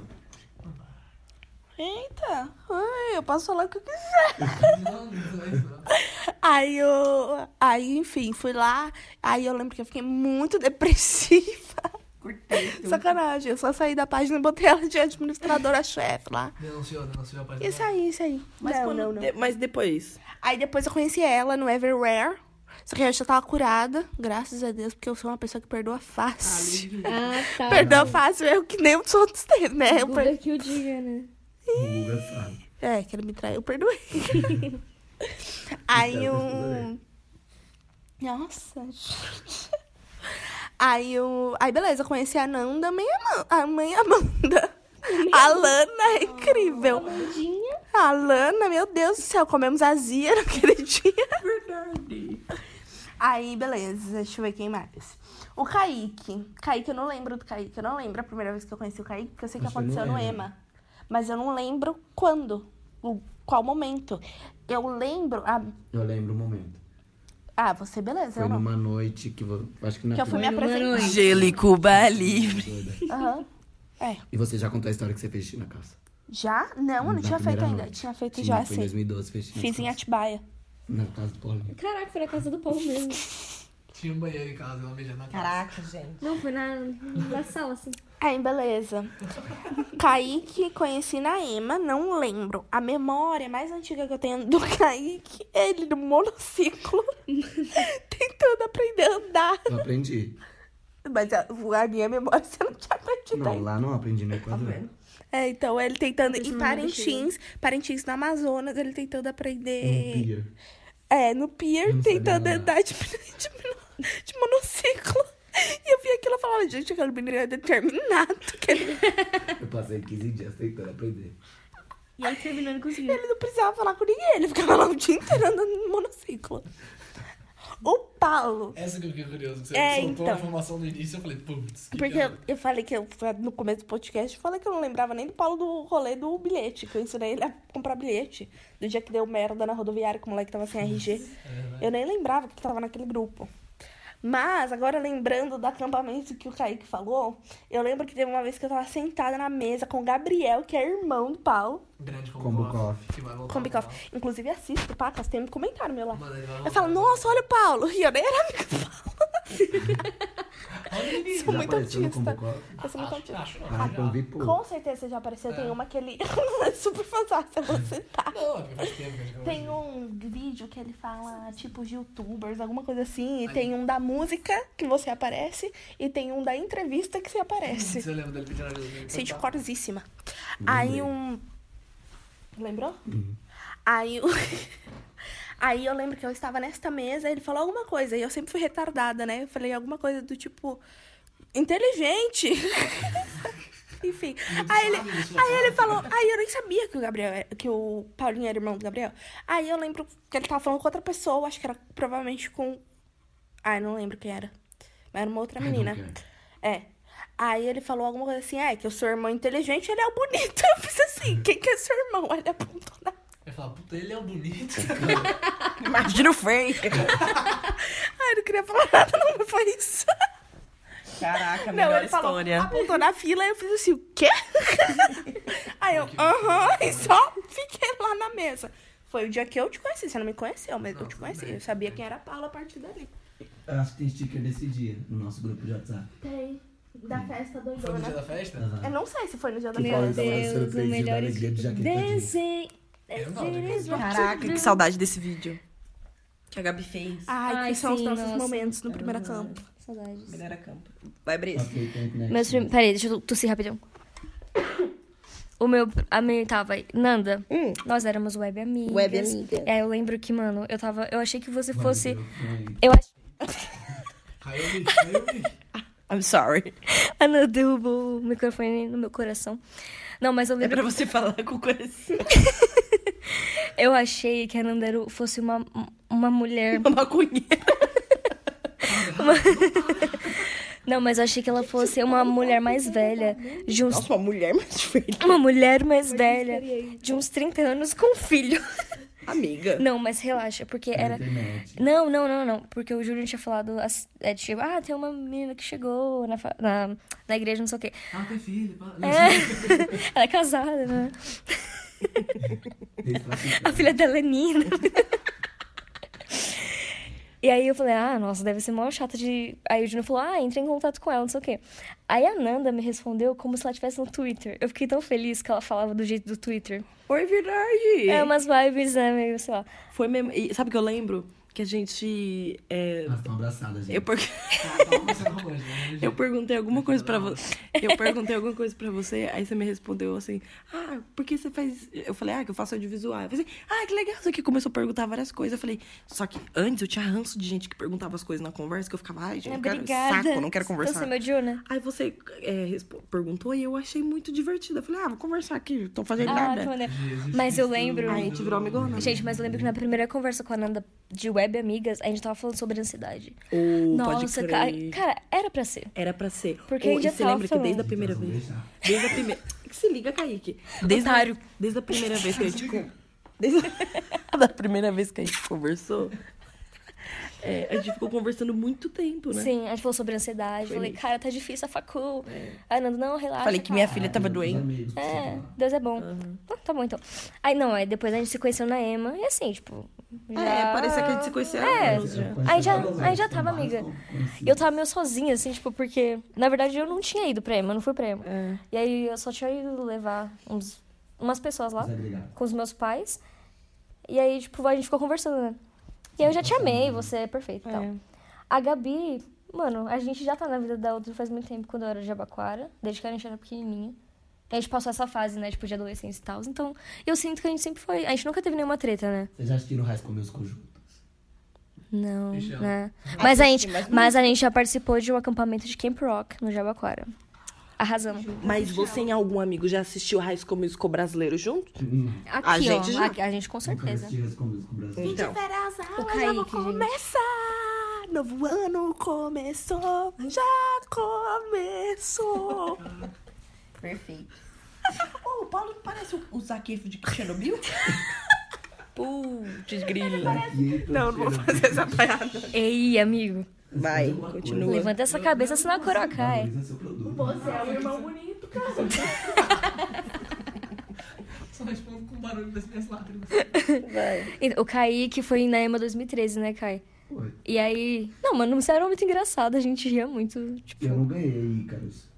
I: Eita! Ai, eu posso falar o que eu quiser. aí eu. Aí, enfim, fui lá. Aí eu lembro que eu fiquei muito depressiva. Sacanagem, eu só saí da página e botei ela de administradora-chefe lá.
D: Denunciou, denunciou a página.
I: Isso aí, isso aí.
B: Mas,
I: não,
B: quando-
I: não, não.
B: de- mas depois.
I: Aí depois eu conheci ela no Everywhere. Só que eu já tava curada, graças a Deus, porque eu sou uma pessoa que perdoa fácil.
C: Ah, tá.
I: Perdoa fácil, eu que nem um os outros têm, né? Eu per-
C: Buda que o diga, né?
I: É, que ele me traiu, eu perdoei. Aí
H: Então,
I: um. Nossa. gente. Aí eu. Aí beleza, eu conheci a Nanda, a mãe Ama- a mãe Amanda. A Lana é incrível. A Lana, meu Deus do céu, comemos azia naquele dia. Verdade. Aí, beleza, deixa eu ver quem mais. O Kaique. Kaique, eu não lembro do Kaique. Eu não lembro a primeira vez que eu conheci o Kaique, porque eu sei que
O: Você não
I: aconteceu no
O: lembra.
I: EMA. Mas eu não lembro quando, o- qual momento. Eu lembro. Ah,
H: Eu lembro o momento.
I: ah você, beleza,
H: Foi
I: eu não.
H: numa noite que... vo- Acho que na
I: Que eu fui me
H: primeira-
I: apresentar.
H: Angélico Livre.
I: Aham. É.
H: E você já contou a história que você fez xixi na calça.
I: Já? Não, eu não
H: Da
I: tinha feito
H: primeira
I: ainda.
H: noite.
I: Tinha feito
H: Tinha,
I: já,
H: foi
I: assim.
H: em 2012, fez xixi nas
I: Fiz em Atibaia.
H: Na casa do Paulinho.
C: Caraca, foi na casa do Paulo mesmo.
D: Tinha um banheiro em casa, ela beijando na casa.
N: Caraca, gente.
C: Não, foi na, na sala, assim.
I: Aí, beleza. Kaique conheci na Ema, não lembro. A memória mais antiga que eu tenho do Kaique é ele no monociclo, tentando aprender a andar.
H: Eu aprendi.
I: Mas a, a minha memória você não tinha aprendido
H: Não,
I: ainda.
H: lá não aprendi no Equador.
I: É, então ele tentando.
O: Isso
I: Em
O: não é
I: Parintins, Parintins no Amazonas, ele tentando aprender.
H: No pier.
I: É, no pier,
H: Não sabia
I: tentando
H: nadar.
I: andar de, de, de monociclo. E eu vi aquilo e falava, gente, aquele menino é determinado. Que ele...
H: Eu passei 15 dias tentando aprender.
I: E aí terminando conseguiu. Ele não precisava falar com ninguém, ele ficava lá o dia inteiro andando no monociclo. O Paulo.
D: Essa que eu fiquei curioso. que Você
I: É,
D: soltou
I: então.
D: a informação no início, eu falei, putz, que
I: Porque eu,
D: piada.
I: eu falei que eu, no começo do podcast, eu falei que eu não lembrava nem do Paulo do rolê do bilhete, que eu ensinei ele a comprar bilhete. Do dia que deu merda na rodoviária, que o moleque tava sem RG. Eu nem lembrava que tava naquele grupo. Mas, agora lembrando do acampamento que o Kaique falou, eu lembro que teve uma vez que eu tava sentada na mesa com o Gabriel, que é irmão do Paulo.
D: Grande
H: Combo coffee.
D: Que vai voltar.
I: Com Bake Off. Inclusive assisto, pacas, tem um comentário meu lá.
D: ele vai
I: Eu falo, nossa, olha o Paulo. E eu nem era amiga do
H: Já apareceu no Combo Coffee?
I: Paulo. sou muito autista. Eu sou muito autista.
H: Ah, então vi, pô.
I: Com certeza você já apareceu. Tem uma que ele. é Super fantástica, você tá. Tem um vídeo que ele fala, tipo, de youtubers, alguma coisa assim. E tem um da música que você aparece. E tem um da entrevista que você aparece.
D: Você lembra dele pedindo ajuda? dele?
I: Sente corosíssima.
D: Lembrei.
I: Aí um. Lembrou? Aí eu... Aí eu lembro que eu estava nesta mesa, ele falou alguma coisa, e eu sempre fui retardada, né? Eu falei alguma coisa do tipo. Inteligente! Enfim. Aí ele, aí ele falou. Aí eu nem sabia que o Gabriel era- que o Paulinho era irmão do Gabriel. Aí eu lembro que ele tava falando com outra pessoa, acho que era provavelmente com. Ai, não lembro quem era. Mas era uma outra menina. É. Aí ele falou alguma coisa assim, é, que eu sou irmão inteligente, ele é o bonito. Eu fiz assim, quem que é seu irmão? Aí Ele apontou na
D: Eu falava, puta, ele é o bonito.
I: Imagina o feio. Ai, não queria falar nada, não, mas foi isso.
N: Caraca,
I: não,
N: melhor
I: ele falou,
B: "Ah,
N: história.
I: apontou na fila e eu fiz assim, o quê? Aí eu, aham, e só fiquei lá na mesa. Foi o dia que eu te conheci, você não né? me conheceu, mas eu te conheci. Eu sabia quem era a Paula a partir dali.
H: Eu acho que tem sticker desse dia no nosso grupo de WhatsApp.
I: Tem. Da festa doidona.
H: Foi no dia da festa? Aham.
I: Eu não sei se foi no dia da
H: Que
I: festa. né?
H: Paulo tava Meu Deus, surpreso o da melhor alegria de jaqueta jeans.
I: desenho.
N: Caraca, que saudade desse vídeo. Que a Gabi fez.
I: Ai, que são os
N: sim,
I: nossos
N: nossa.
I: momentos no primeiro campo.
C: Saudades.
N: Primeira campo. Vai, Brisa.
C: Meus prim... Peraí, deixa eu tossir rapidão. O meu. A minha tava aí. Nanda, nós éramos Hum. web amigas.
O: Web amiga.
C: É, eu lembro que, mano, eu tava. Eu achei que você fosse. Eu acho.
N: I'm sorry.
C: A Nanda Ah, derrubou o microfone no meu coração. Não, mas eu
N: É
C: lembro.
N: pra você falar com o coração.
C: Eu achei que a Nanda era- fosse uma, uma mulher. Uma
N: maconheira.
C: Não, mas eu achei que ela fosse uma mulher mais velha. De uns...
N: Nossa, uma mulher mais velha.
C: Uma mulher mais velha. De uns 30 anos com um filho.
N: Amiga.
C: Não, mas relaxa, porque era.
N: internet.
C: Não, não, não, não. Porque o Júlio tinha falado. as- É, tipo, ah, tem uma menina que chegou na, fa- na, na igreja, não sei o quê.
D: Ah, tem filho. pá.
C: É. Ela é casada, né?
H: assim,
C: A filha dela é Nina. E aí eu falei, ah, nossa, deve ser mó chata de. Aí o Júnior falou, ah, entra em contato com ela, não sei o quê. Aí a Nanda me respondeu como se ela tivesse no Twitter. Eu fiquei tão feliz que ela falava do jeito do Twitter.
N: Foi verdade.
C: É umas vibes, né, meio, sei lá.
N: Foi mesmo. E sabe o que eu lembro?
B: que a gente. É...
H: Elas estão abraçadas, gente.
B: Eu, per...
C: Ah,
B: eu perguntei alguma coisa pra você. Eu perguntei alguma coisa pra você, aí você me respondeu assim, ah, por que você faz. Eu falei, ah, que eu faço audiovisual. Eu falei, ah, que legal. Só que começou a perguntar várias coisas. Eu falei, só que antes eu tinha ranço de gente que perguntava as coisas na conversa, que eu ficava, ai, gente, eu quero
C: Obrigada.
B: saco, não quero conversar.
C: Então você me odiou, né?
B: Aí você é, respo- perguntou e eu achei muito divertido. Eu falei, ah, vou conversar aqui, não tô fazendo
C: Ah,
B: nada.
C: tô maneiro. Mas eu lembro.
B: Aí a gente virou né? amigona.
C: Gente, mas eu lembro que na primeira conversa com a Nanda de web amigas, a gente tava falando sobre ansiedade.
B: Ô, Uh, pode
C: Nossa,
B: crer.
C: cara, cara, era pra ser.
B: Era pra ser.
C: Porque
B: Ô,
C: a gente
B: e
C: já
B: você
C: tava
B: lembra que desde a
C: falando.
B: primeira vez. Desde a primeira. Se liga, Kaique. Desde, a- desde a primeira vez que a gente. con- Desde a da primeira vez que a gente conversou. é, a gente ficou conversando muito tempo, né?
C: Sim, a gente falou sobre ansiedade.
B: Foi
C: falei,
B: isso. É.
C: cara, tá difícil a facu. Aí Nanda, não, relaxa.
B: Falei que minha
C: cara.
B: filha tava doente.
C: É, Deus é bom. Ah, tá bom então. Aí não, aí depois a gente se conheceu na EMA e assim, tipo. Já...
B: É, parecia que a gente se conhecia há
C: É,
B: anos já.
C: aí já, aí já tava amiga. E eu tava meio sozinha, assim, tipo, porque na verdade eu não tinha ido pra EMA, eu não fui pra EMA.
B: É.
C: E aí eu só tinha ido levar uns, umas pessoas lá
H: Desagregado.
C: com os meus pais. E aí, tipo, a gente ficou conversando, né? E aí eu já te amei, você é perfeito e tal. A Gabi, mano, a gente já tá na vida da outra faz muito tempo, quando eu era de Abaquara, desde que a gente era pequenininha. E a gente passou essa fase, né, tipo, de adolescência e tal. Então, eu sinto que a gente sempre foi. A gente nunca teve nenhuma treta, né?
H: Vocês já assistiram High School Musical junto?
C: Não,
H: Ixi, ela-
C: né?
H: Ah,
C: Mas a,
H: sim,
C: gente,
H: mas não.
C: mas a gente já participou de um acampamento de Camp Rock no Jabaquara. Arrasamos.
B: Mas você e algum amigo já assistiu High School Musical brasileiro junto?
C: Aqui,
B: a gente
C: ó,
B: já.
C: aqui- a gente com certeza.
B: Então.
C: O
I: já vou
C: Kaique,
I: começar. Ah, Novo ano começou, já começou.
B: Perfeito. Ô, o Paulo parece o- o Zaquefo de Chernobyl? Putz, grila.
I: Não, não vou fazer essa piada.
C: Ei, amigo.
B: Vai, continua.
C: Levanta essa cabeça, senão a coroa cai.
P: Você é um irmão bonito, cara.
G: Só respondo com o barulho das minhas lágrimas.
C: E O Kaique foi na EMA 2013, né, Kai? E aí. Não, mano, você era muito engraçado, a gente ria muito. Tipo,
H: Eu não ganhei, Icarus.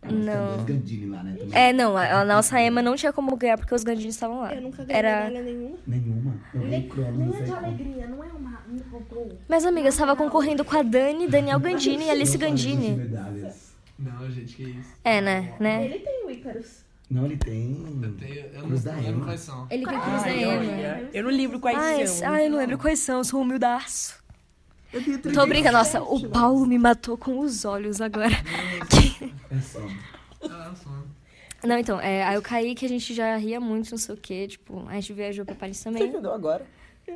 H: Ah,
C: Não.
H: Os Gandini lá, né? também.
C: É, não, a a nossa EMA não tinha como ganhar porque os gandinhos estavam lá. Eu nunca Era...
I: nenhuma.
H: Nenhuma. Eu ganhei Cronos.
I: Nem é de alegria, não é uma. Me roubou.
C: Mas, amiga, você tava concorrendo com a Dani, Daniel Gandini e Alice Gandini.
G: Não, gente, que isso.
C: É, né? né?
I: Ele tem o Icarus.
H: Não, ele tem.
G: Eu
H: Cruz da
G: não lembro
H: Ema.
G: quais são.
C: Ele tem
B: cruz da
C: Ema.
B: Eu não lembro quais
C: ah, esse-
B: são.
C: Ah, eu não lembro quais são, eu sou humildaço. Tô brincando, nossa, o Paulo me matou com os olhos agora.
H: É só.
C: Não, então, é, aí eu caí que a gente já ria muito, não sei o quê. Tipo, a gente viajou pra Paris também.
B: Entendeu agora?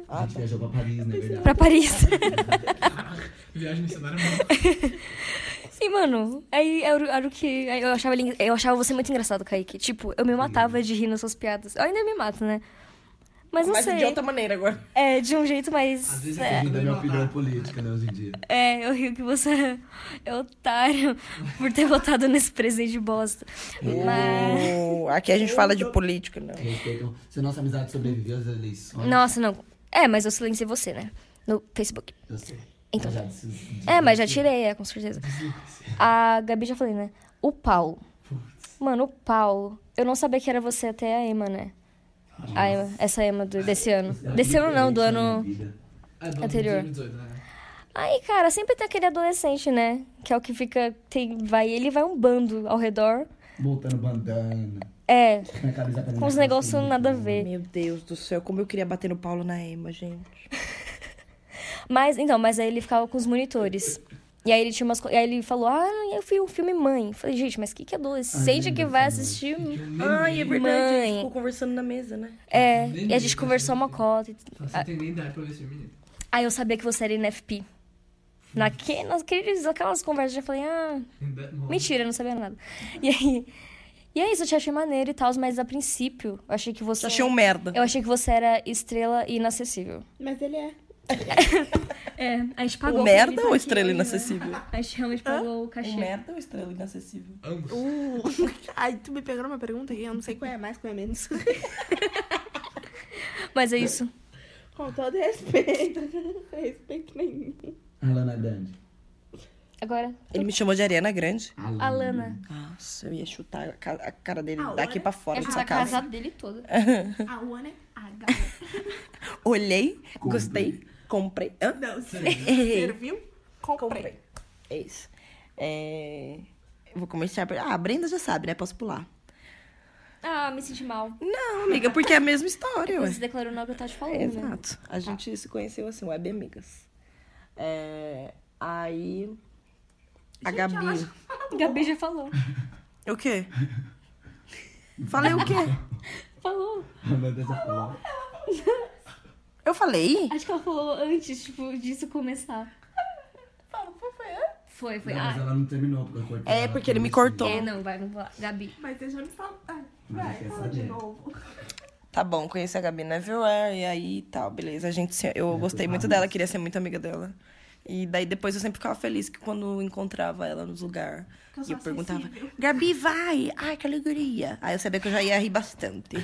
H: A gente viajou pra Paris, né? Verdade.
C: Pra Paris.
G: Viagem missionária
C: E, mano, aí era, o- era o que. aí Eu achava, ele- eu achava você muito engraçado, Kaique. Tipo, eu me matava de rir nas suas piadas. Eu ainda me mato, né? Mas não
B: Mas
C: sei.
B: de outra maneira agora.
C: É, de um jeito mais. é,
H: Fugindo da minha opinião política, né, hoje em dia.
C: é, eu rio que você é otário por ter votado nesse presente de bosta. Mas.
Q: Ô, Aqui a gente fala de política, né? não.
H: Respeitam. Se a nossa amizade sobreviveu às eleições.
C: Nossa, não. É, mas eu silenciei você, né? No Facebook.
H: Eu sei.
C: Então.
H: Mas já disse-
C: É, mas já tirei, é, com certeza. A Gabi já falei, né? O Paulo. Mano, o Paulo. Eu não sabia que era você até a Emma, né? A Emma, essa é Emma do- desse ano. Desse
H: é
C: ano não, do ano. Anterior.
H: né?
C: Aí, cara, sempre tem aquele adolescente, né? Que é o que fica. Tem, vai ele e vai um bando ao redor.
H: Voltando bandana.
C: É. assim,
H: Minha camisa pra
C: Com os negócios nada a ver.
Q: Meu Deus do céu, como eu queria bater no Paulo na Ema, gente.
C: Mas, então, mas aí ele ficava com os monitores. E aí ele tinha umas co- e aí ele falou, ah, eu vi o filme Mãe. Falei, gente, mas que que adolescente que vai assistir um
B: Ai, é verdade. A gente
C: Mãe?
B: ficou conversando na mesa, né?
C: É, e a gente conversou uma cota. e-
L: Ah.
G: Você tem nem idade pra ver esse menino.
C: Aí eu sabia que você era NFP. Naque, naqueles, naquelas conversas eu já falei, ah, mentira, eu não sabia nada. E aí, e é isso, eu te achei maneiro e tal, mas a princípio eu achei que você...
Q: Você achou um merda.
C: Eu achei que você era estrela e inacessível.
I: Mas ele é.
C: É, a gente
Q: O Um merda ou estrela
C: né?
Q: inacessível? Um
C: A gente realmente pagou o cachê.
Q: merda ou estrela inacessível?
I: Uh, ai, tu me pegou uma pergunta que eu não sei qual é mais, qual é menos.
C: Mas é isso.
I: Com todo respeito. respeito nenhum.
H: Alana Grande.
C: Agora,
Q: Ele me chamou de Ariana Grande.
C: Alana.
Q: Nossa, eu ia chutar a ca- a cara dele daqui pra fora
C: Eu
Q: dessa
C: a
Q: casa.
C: casa dele toda.
I: A One é a
Q: Olhei, gostei, Ah,
B: Comprei. Hã? Não,
I: Serviu?
B: Comprei. É isso. É, eu Vou começar por. Ah, a Brenda já sabe, né? Posso pular.
C: Ah, me senti mal.
B: Não, amiga, porque é a mesma história, ué.
C: Você declarou não que eu tava te falando, né?
B: Exato. A gente se conheceu assim, web amigas. É, aí. A Gabi.
C: Gabi já falou.
B: O quê? Falei o quê?
C: Falou.
H: Amanda já falou.
B: Eu falei?
C: Acho que ela falou antes, tipo, disso começar. Foi, foi.
H: Não,
C: ah,
H: mas ela não terminou, porque eu cortei
B: É,
H: ela
B: porque ele me
H: começo.
B: cortou.
C: É, não, vai, vamos lá. Gabi.
I: Mas deixa eu me falar. Ai,
H: Mas
I: Vai,
H: quer
I: fala de
H: saber.
I: novo.
B: Tá bom, conheci a Gabi na Everywhere e aí tal, beleza. A gente, se- eu gostei muito dela, queria ser muito amiga dela. E daí depois eu sempre ficava feliz que quando eu encontrava ela nos lugares.
N: Que eu
B: E
N: sou
B: eu perguntava,
N: acessível.
B: Gabi, vai! Ai, que alegria! Aí eu sabia que eu já ia rir bastante.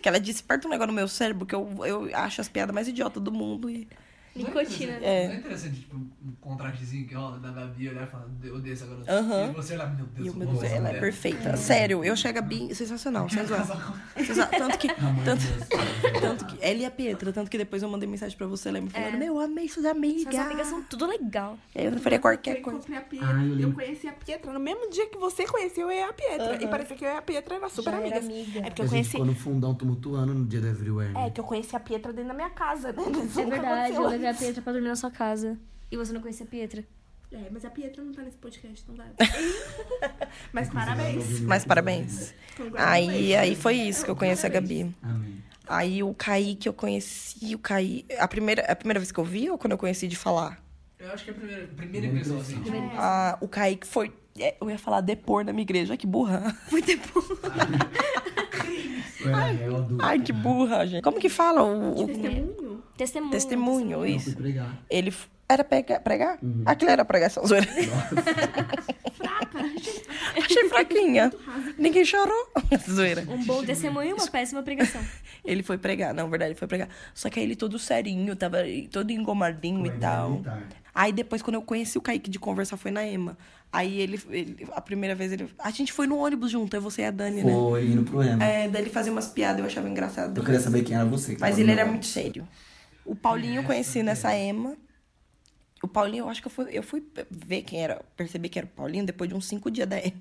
B: que ela desperta um negócio no meu cérebro que eu, eu acho as piadas mais idiotas do mundo. E...
C: Nicotina.
B: É.
N: né?
D: Não é interessante, tipo, um contrastezinho que, ó, da Gabi olhar e falar, eu odeio essa garota.
B: Aham.
D: E você olhar, meu Deus,
B: E o
D: eu
B: meu
D: gosto
B: Deus, ela é
G: né?
D: dela.
B: perfeita. Sério, eu achei a Gabi sensacional, sem zoar. Sem zoar. Tanto que. Tanto, tanto que. Ela e a Pietra, tanto que depois eu mandei mensagem pra você, ela me falando, meu, amei suas amigas.
C: É. Suas amigas são tudo legal.
B: Eu não faria qualquer
I: Eu
B: coisa.
I: comprei a Pietra.
H: Ah,
I: eu, conheci a Pietra no mesmo dia que você conheceu eu e a Pietra.
B: Aham.
I: E parecia que eu e a Pietra era super
B: Já era
I: amigas.
B: amiga.
I: É porque
H: a
I: eu
H: gente
I: conheci.
H: ficou no fundão tumultuando no dia da Everywhere. né?
I: É que eu conheci a Pietra dentro da minha casa, né? Isso
C: É
I: nunca
C: verdade,
I: aconteceu
C: eu levei a
I: antes.
C: Pietra pra dormir na sua casa. E você não conhecia a Pietra.
I: É, mas a Pietra não tá nesse podcast, não dá. mas parabéns.
B: Mas parabéns. Aí, aí foi isso que eu conheci a Gabi. Aí o Kaique, eu conheci o Kaique. A primeira, a primeira vez que eu vi ou quando eu conheci de falar?
D: Eu acho que é a primeira, primeira impressão, assim.
C: É.
D: tipo,
B: Ah, o Kaique foi. é, Eu ia falar depor na minha igreja. Ai, que burra. Foi depor.
H: É,
B: Ai, que burra, gente. Como que fala o. o-
I: Testemunho?
C: É. Testemunho.
B: Testemunho, isso.
H: pregar.
B: Ele f- era pega, pregar?
H: Uhum.
B: Aquilo era pregação, zoeira. Achei fraquinha. Ninguém chorou. zoeira.
C: Um bom testemunho e uma péssima pregação.
B: Ele foi pregar, não, verdade, ele foi pregar. Só que aí ele todo serinho, tava todo engomadinho e tal.
H: tá.
B: Aí depois, quando eu conheci o Kaique de conversar, foi na Ema. Aí ele, ele- a primeira vez, ele. A gente foi no ônibus junto, eu, você e a Dani, né?
H: Foi indo pro Ema.
B: É, daí ele fazia umas piadas, eu achava engraçado.
H: Eu queria saber quem era você. que
B: Mas
H: tava
B: ele
H: no
B: era
H: meu
B: muito sério. O Paulinho eu conheci nessa Ema. O Paulinho, eu acho que eu fui, eu fui ver quem era, perceber quem era o Paulinho depois de uns cinco dias da Ema.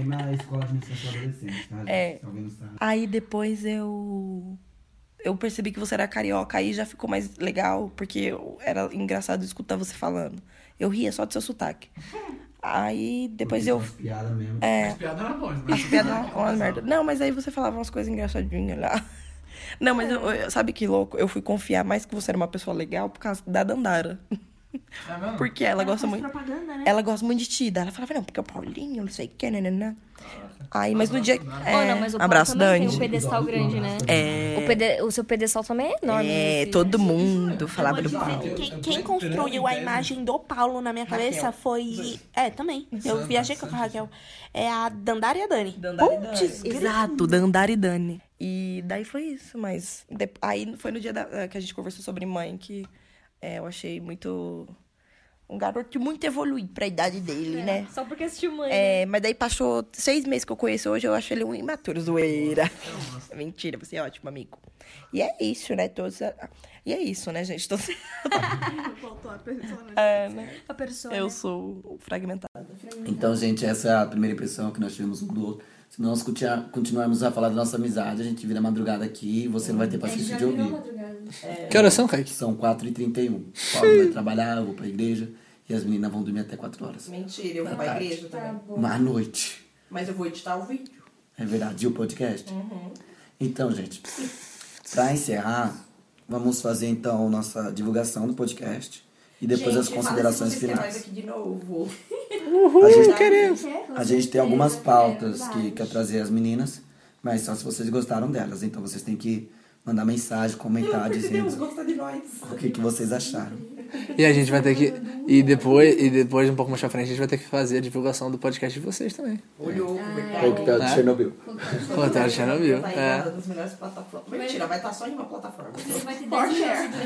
H: Ema é a escola de administração adolescente, tá? gente?
B: É.
H: Se alguém não sabe.
B: Aí depois eu. Eu percebi que você era carioca, aí já ficou mais legal, porque eu- era engraçado escutar você falando. Eu ria só do seu sotaque. Aí depois
H: Porque
B: eu.
H: são as piadas mesmo.
B: É.
H: As piadas eram boas, né?
B: As piadas eram é uma merda. Não, mas aí você falava umas coisas engraçadinhas lá. Não, mas eu- eu- sabe que louco? Eu fui confiar mais que você era uma pessoa legal por causa da Dandara. Porque ela, gosta muito.
I: propaganda, né?
B: Ela gosta muito de ti. Daí ela falava, não, porque é o Paulinho, não sei o que, nananã. Aí, mas no dia. É,
C: Oh, não, mas o Paulo
B: abraço,
C: também
B: Dani.
C: tem um pedestal grande, né?
B: É.
C: O, pede- o seu pedestal também é enorme.
B: É, todo mundo falava do Paulo.
I: Quem, quem construiu a imagem do Paulo na minha cabeça
B: Raquel.
I: foi. É, também. Eu viajei com a Raquel. É a Dandara e a Dani. Putz,
B: Exato, Dandara e Dani. E daí foi isso, mas de- aí foi no dia da- eh, que a gente conversou sobre mãe que é, eu achei muito. Um garoto muito evoluído pra idade dele, né?
C: Só porque né? assistiu mãe.
B: É, mas daí passou seis meses que eu conheço hoje, eu acho ele um imaturo, zoeira. Mentira, você é ótimo, amigo. E é isso, né? Todos... a- E é isso, né, gente? Tô...
I: Voltou a pessoa, né?
B: É, né?
C: A pessoa.
B: Eu sou fragmentada.
F: Então, gente, essa é a primeira impressão que nós tivemos um do outro. Se nós continuar- continuarmos a falar da nossa amizade, a gente vira madrugada aqui e você não vai ter paciência de ouvir.
G: Que horas são, Kaique?
F: São 4h31. O um. Paulo vai trabalhar, eu vou pra igreja e as meninas vão dormir até 4 horas.
B: Mentira, eu vou pra igreja também.
F: Mas à noite.
B: Mas eu vou editar o vídeo.
F: É verdade, e o podcast?
N: Uhum.
F: Então, gente, pra encerrar, vamos fazer então nossa divulgação do podcast e depois as considerações finais.
N: é
B: aqui de novo.
F: A gente, a gente tem
N: é
F: algumas pautas que quer trazer as meninas, mas só se vocês gostaram delas. Então vocês têm que mandar mensagem, comentar, dizendo
B: gosta de nós.
F: o que, que vocês acharam.
G: E a gente vai ter que. E depois, e depois, um pouco mais pra frente, a gente vai ter que fazer a divulgação do podcast de vocês também.
B: Olhou,
F: tá-
G: Coquetel tá
F: Né?
G: de Chernobyl. Coquetel de Chernobyl.
B: Tá em
G: É.
B: nada das melhores plataformas. Mentira, vai estar só em uma plataforma.
C: Vai ter
B: For
C: 10 minutos
B: share.
C: de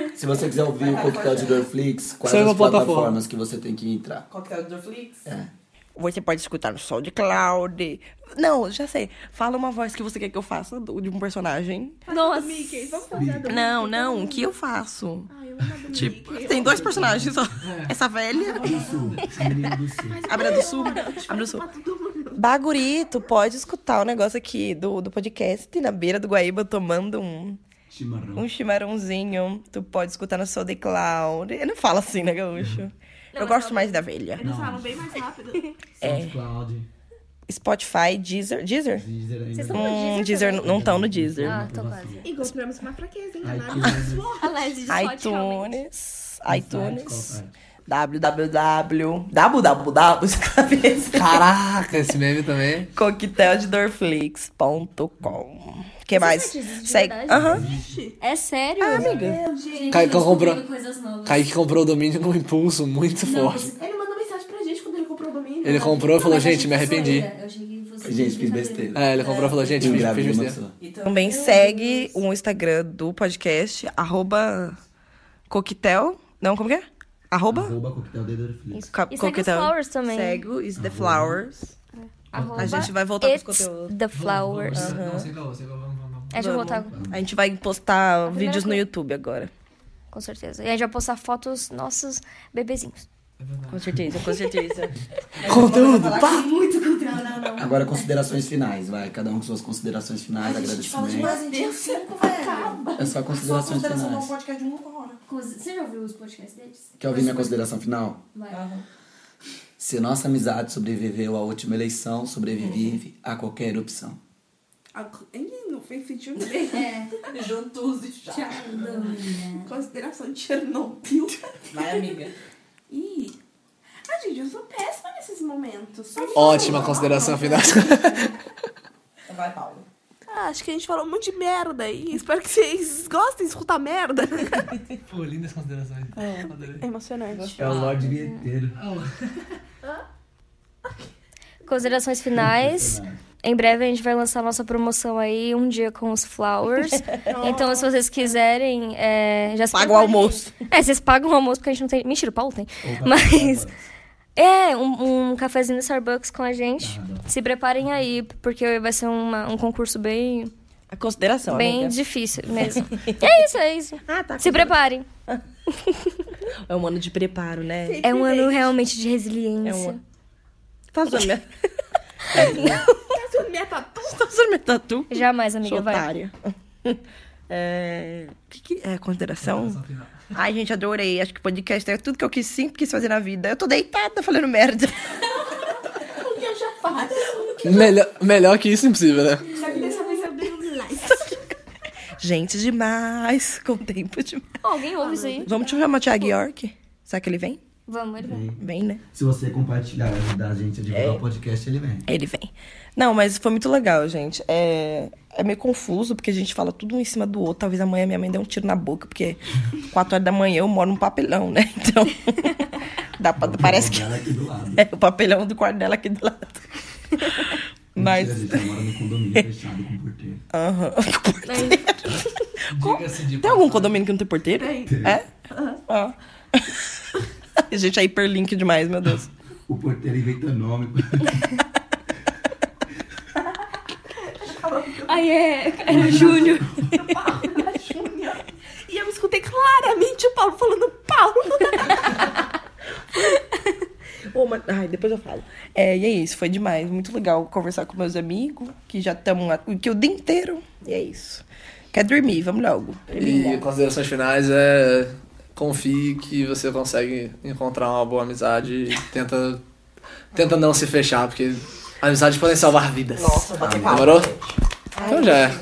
C: duração.
F: Se você quiser ouvir o Coquetel tá de Dorflix, quais
G: Só em
F: as
G: é uma plataforma.
B: é
F: plataformas que você tem que entrar?
B: Coquetel de Netflix.
F: É.
B: Você pode escutar no SoundCloud. Não, já sei. Fala uma voz que você quer que eu faça do- de um personagem.
C: Nossa.
B: Não, não, que eu faço. tipo,
N: Mickey.
B: tem dois personagens só.
F: É.
B: Essa velha. A Beira do Sul. A Beira do Sul. Bagurito, pode escutar o negócio aqui do, do podcast na beira do Guaíba tomando um.
H: Chimarrão.
B: Um chimarrãozinho. Tu pode escutar no SoundCloud. Eu não falo assim, né, gaúcho? Eu gosto mais da velha.
N: Eles falam bem mais rápido.
B: É.
H: SoundCloud.
B: Spotify, Deezer. Deezer?
H: Deezer ainda.
N: Vocês
H: estão no
B: hum,
H: Deezer
B: Deezer
H: também?
B: não estão no Deezer.
H: Ah,
C: então.
H: tô quase.
N: Encontramos uma fraqueza, hein, Tamara?
H: iTunes.
B: iTunes.
H: é
B: iTunes. www. www. Caraca, esse meme também. Coqueteldorflix.com. que mais? Segue. Aham.
C: É sério?
B: Ah, amiga.
L: Gente,
G: Kaique
L: eu
G: comprou,
L: descobri coisas novas.
G: Kaique comprou o domínio num impulso muito
L: Não,
G: forte.
L: Ele mandou mensagem pra gente quando ele comprou o domínio.
G: Ele comprou e
L: Não,
G: falou,
L: mas eu
G: gente, me
L: achei que
G: arrependi.
L: zoeira. Eu achei que fosse
G: Gente, fiz
L: brincadeira.
G: besteira. É, ele comprou e falou, gente,
F: Eu
G: fiz-
F: já
G: fiz
F: vi uma
G: besteira.
B: Também segue o Instagram do podcast, arroba coquetel. Não, como que é? Arroba?
H: Arroba coquetel de Dorflix.
B: Co-
C: E segue os flowers também.
B: Segue o is the flowers. A gente vai voltar
C: It's
B: pros conteúdos.
C: the flowers.
B: Aham.
C: É, deixa eu voltar.
B: A gente vai postar
C: primeira
B: vídeos no
C: coisa-
B: YouTube agora.
C: Com certeza. E a gente vai postar fotos nossos bebezinhos.
B: Com certeza, com certeza.
L: É
F: Conteúdo,
B: pá!
L: Muito conteúdo, não, não.
F: Agora considerações finais, vai. Cada um com suas considerações finais,
L: A gente fala demais,
F: agradecimento.
L: a gente sempre acaba.
F: É só considerações finais.
L: um podcast de uma hora. Você já ouviu os podcasts deles?
F: Quer ouvir minha consideração final?
L: Vai.
F: Se nossa amizade sobreviveu à última eleição, sobrevive a qualquer erupção.
C: é
N: Ele não fez sentido nenhum.
L: É.
N: Juntos e já. Consideração de Chernobyl.
B: Vai, amiga.
N: Ih. Ah, gente, eu sou péssima nesses momentos. Só
I: tá
N: me
G: Ótima
N: fala.
G: consideração final.
B: Vai, Paulo.
I: Ah, acho que a gente falou muito de merda aí. Espero que vocês gostem de escutar merda.
D: Pô, lindas considerações. Adorei.
I: É emocionante.
H: É o Lorde Vinheteiro.
C: Considerações finais. Em breve a gente vai lançar nossa promoção aí, um dia com os flowers. então, se vocês quiserem, é, já se
B: Paga o
C: preparem.
B: almoço.
C: É, vocês pagam o almoço porque a gente não tem. Mentira, o Paulo tem.
F: tá
C: Mas. É, um, um cafezinho no Starbucks com a
F: Ah,
C: gente. Se preparem aí, porque vai ser uma- um concurso bem,
B: A consideração,
C: bem
B: amiga.
C: difícil mesmo. é isso, é isso.
L: Ah, tá
C: Se preparem.
B: É um ano de preparo, né? É um
C: É um ano realmente de resiliência.
B: Tá zoando minha... tá zoando minha tatu?
C: Jamais, amiga,
B: Sou
C: vai.
B: otária. É... Que que é consideração? Ai, gente, adorei. Acho que podcast é tudo que eu quis, sempre quis fazer na vida. Eu tô deitada falando merda.
N: O que eu já faço?
G: Melhor, melhor que isso, impossível, né?
N: Só que dessa vez eu dei um like.
B: Gente demais, com tempo demais.
C: Alguém ouve isso aí?
B: Vamos chamar o Thiago York? Será que ele vem?
C: Vamos, ele vai.
B: Vem, né?
H: Se você compartilhar e ajudar a gente a divulgar
B: É.
H: o podcast, ele vem.
B: Ele vem. Não, mas foi muito legal, gente. É, é meio confuso, porque a gente fala tudo um em cima do outro. Talvez amanhã minha mãe dê um tiro na boca, porque quatro horas da manhã eu moro num papelão, né? Então, dá pra- parece que...
H: Ela aqui do lado.
B: É, o papelão do quarto dela aqui do lado. Mas...
H: Mentira, gente, ela mora no condomínio fechado com porteiro.
N: assim.
B: Aham. Com porteiro. Com- Tem algum condomínio que não tem porteiro?
N: Tem.
B: É? Ah. Gente, é hiperlink demais, meu Deus.
H: O porteiro inventa nome.
C: Aí é. Era o Júnior.
I: E eu escutei claramente o Paulo falando Paulo.
B: Ô, mas- Ai, depois eu falo. É, e é isso, foi demais. Muito legal conversar com meus amigos, que já estão aqui o dia inteiro. E é isso. Quer dormir, vamos logo.
G: E considerações finais é. Confie que você consegue encontrar uma boa amizade e tenta, tenta não se fechar, porque amizades podem salvar vidas. Nossa,
B: bater palma.
G: Demorou? Então já é.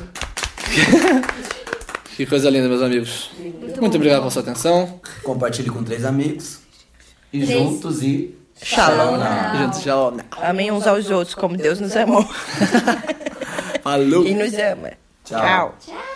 G: que coisa linda, meus amigos. Muito, obrigado pela sua atenção.
F: Compartilhe com três amigos. E
G: Três.
F: juntos e.
B: Shalom.
G: Juntos, shalom.
B: Amém uns aos outros, como Deus nos amou
G: Falou.
B: e nos ama. Tchau.
L: Tchau.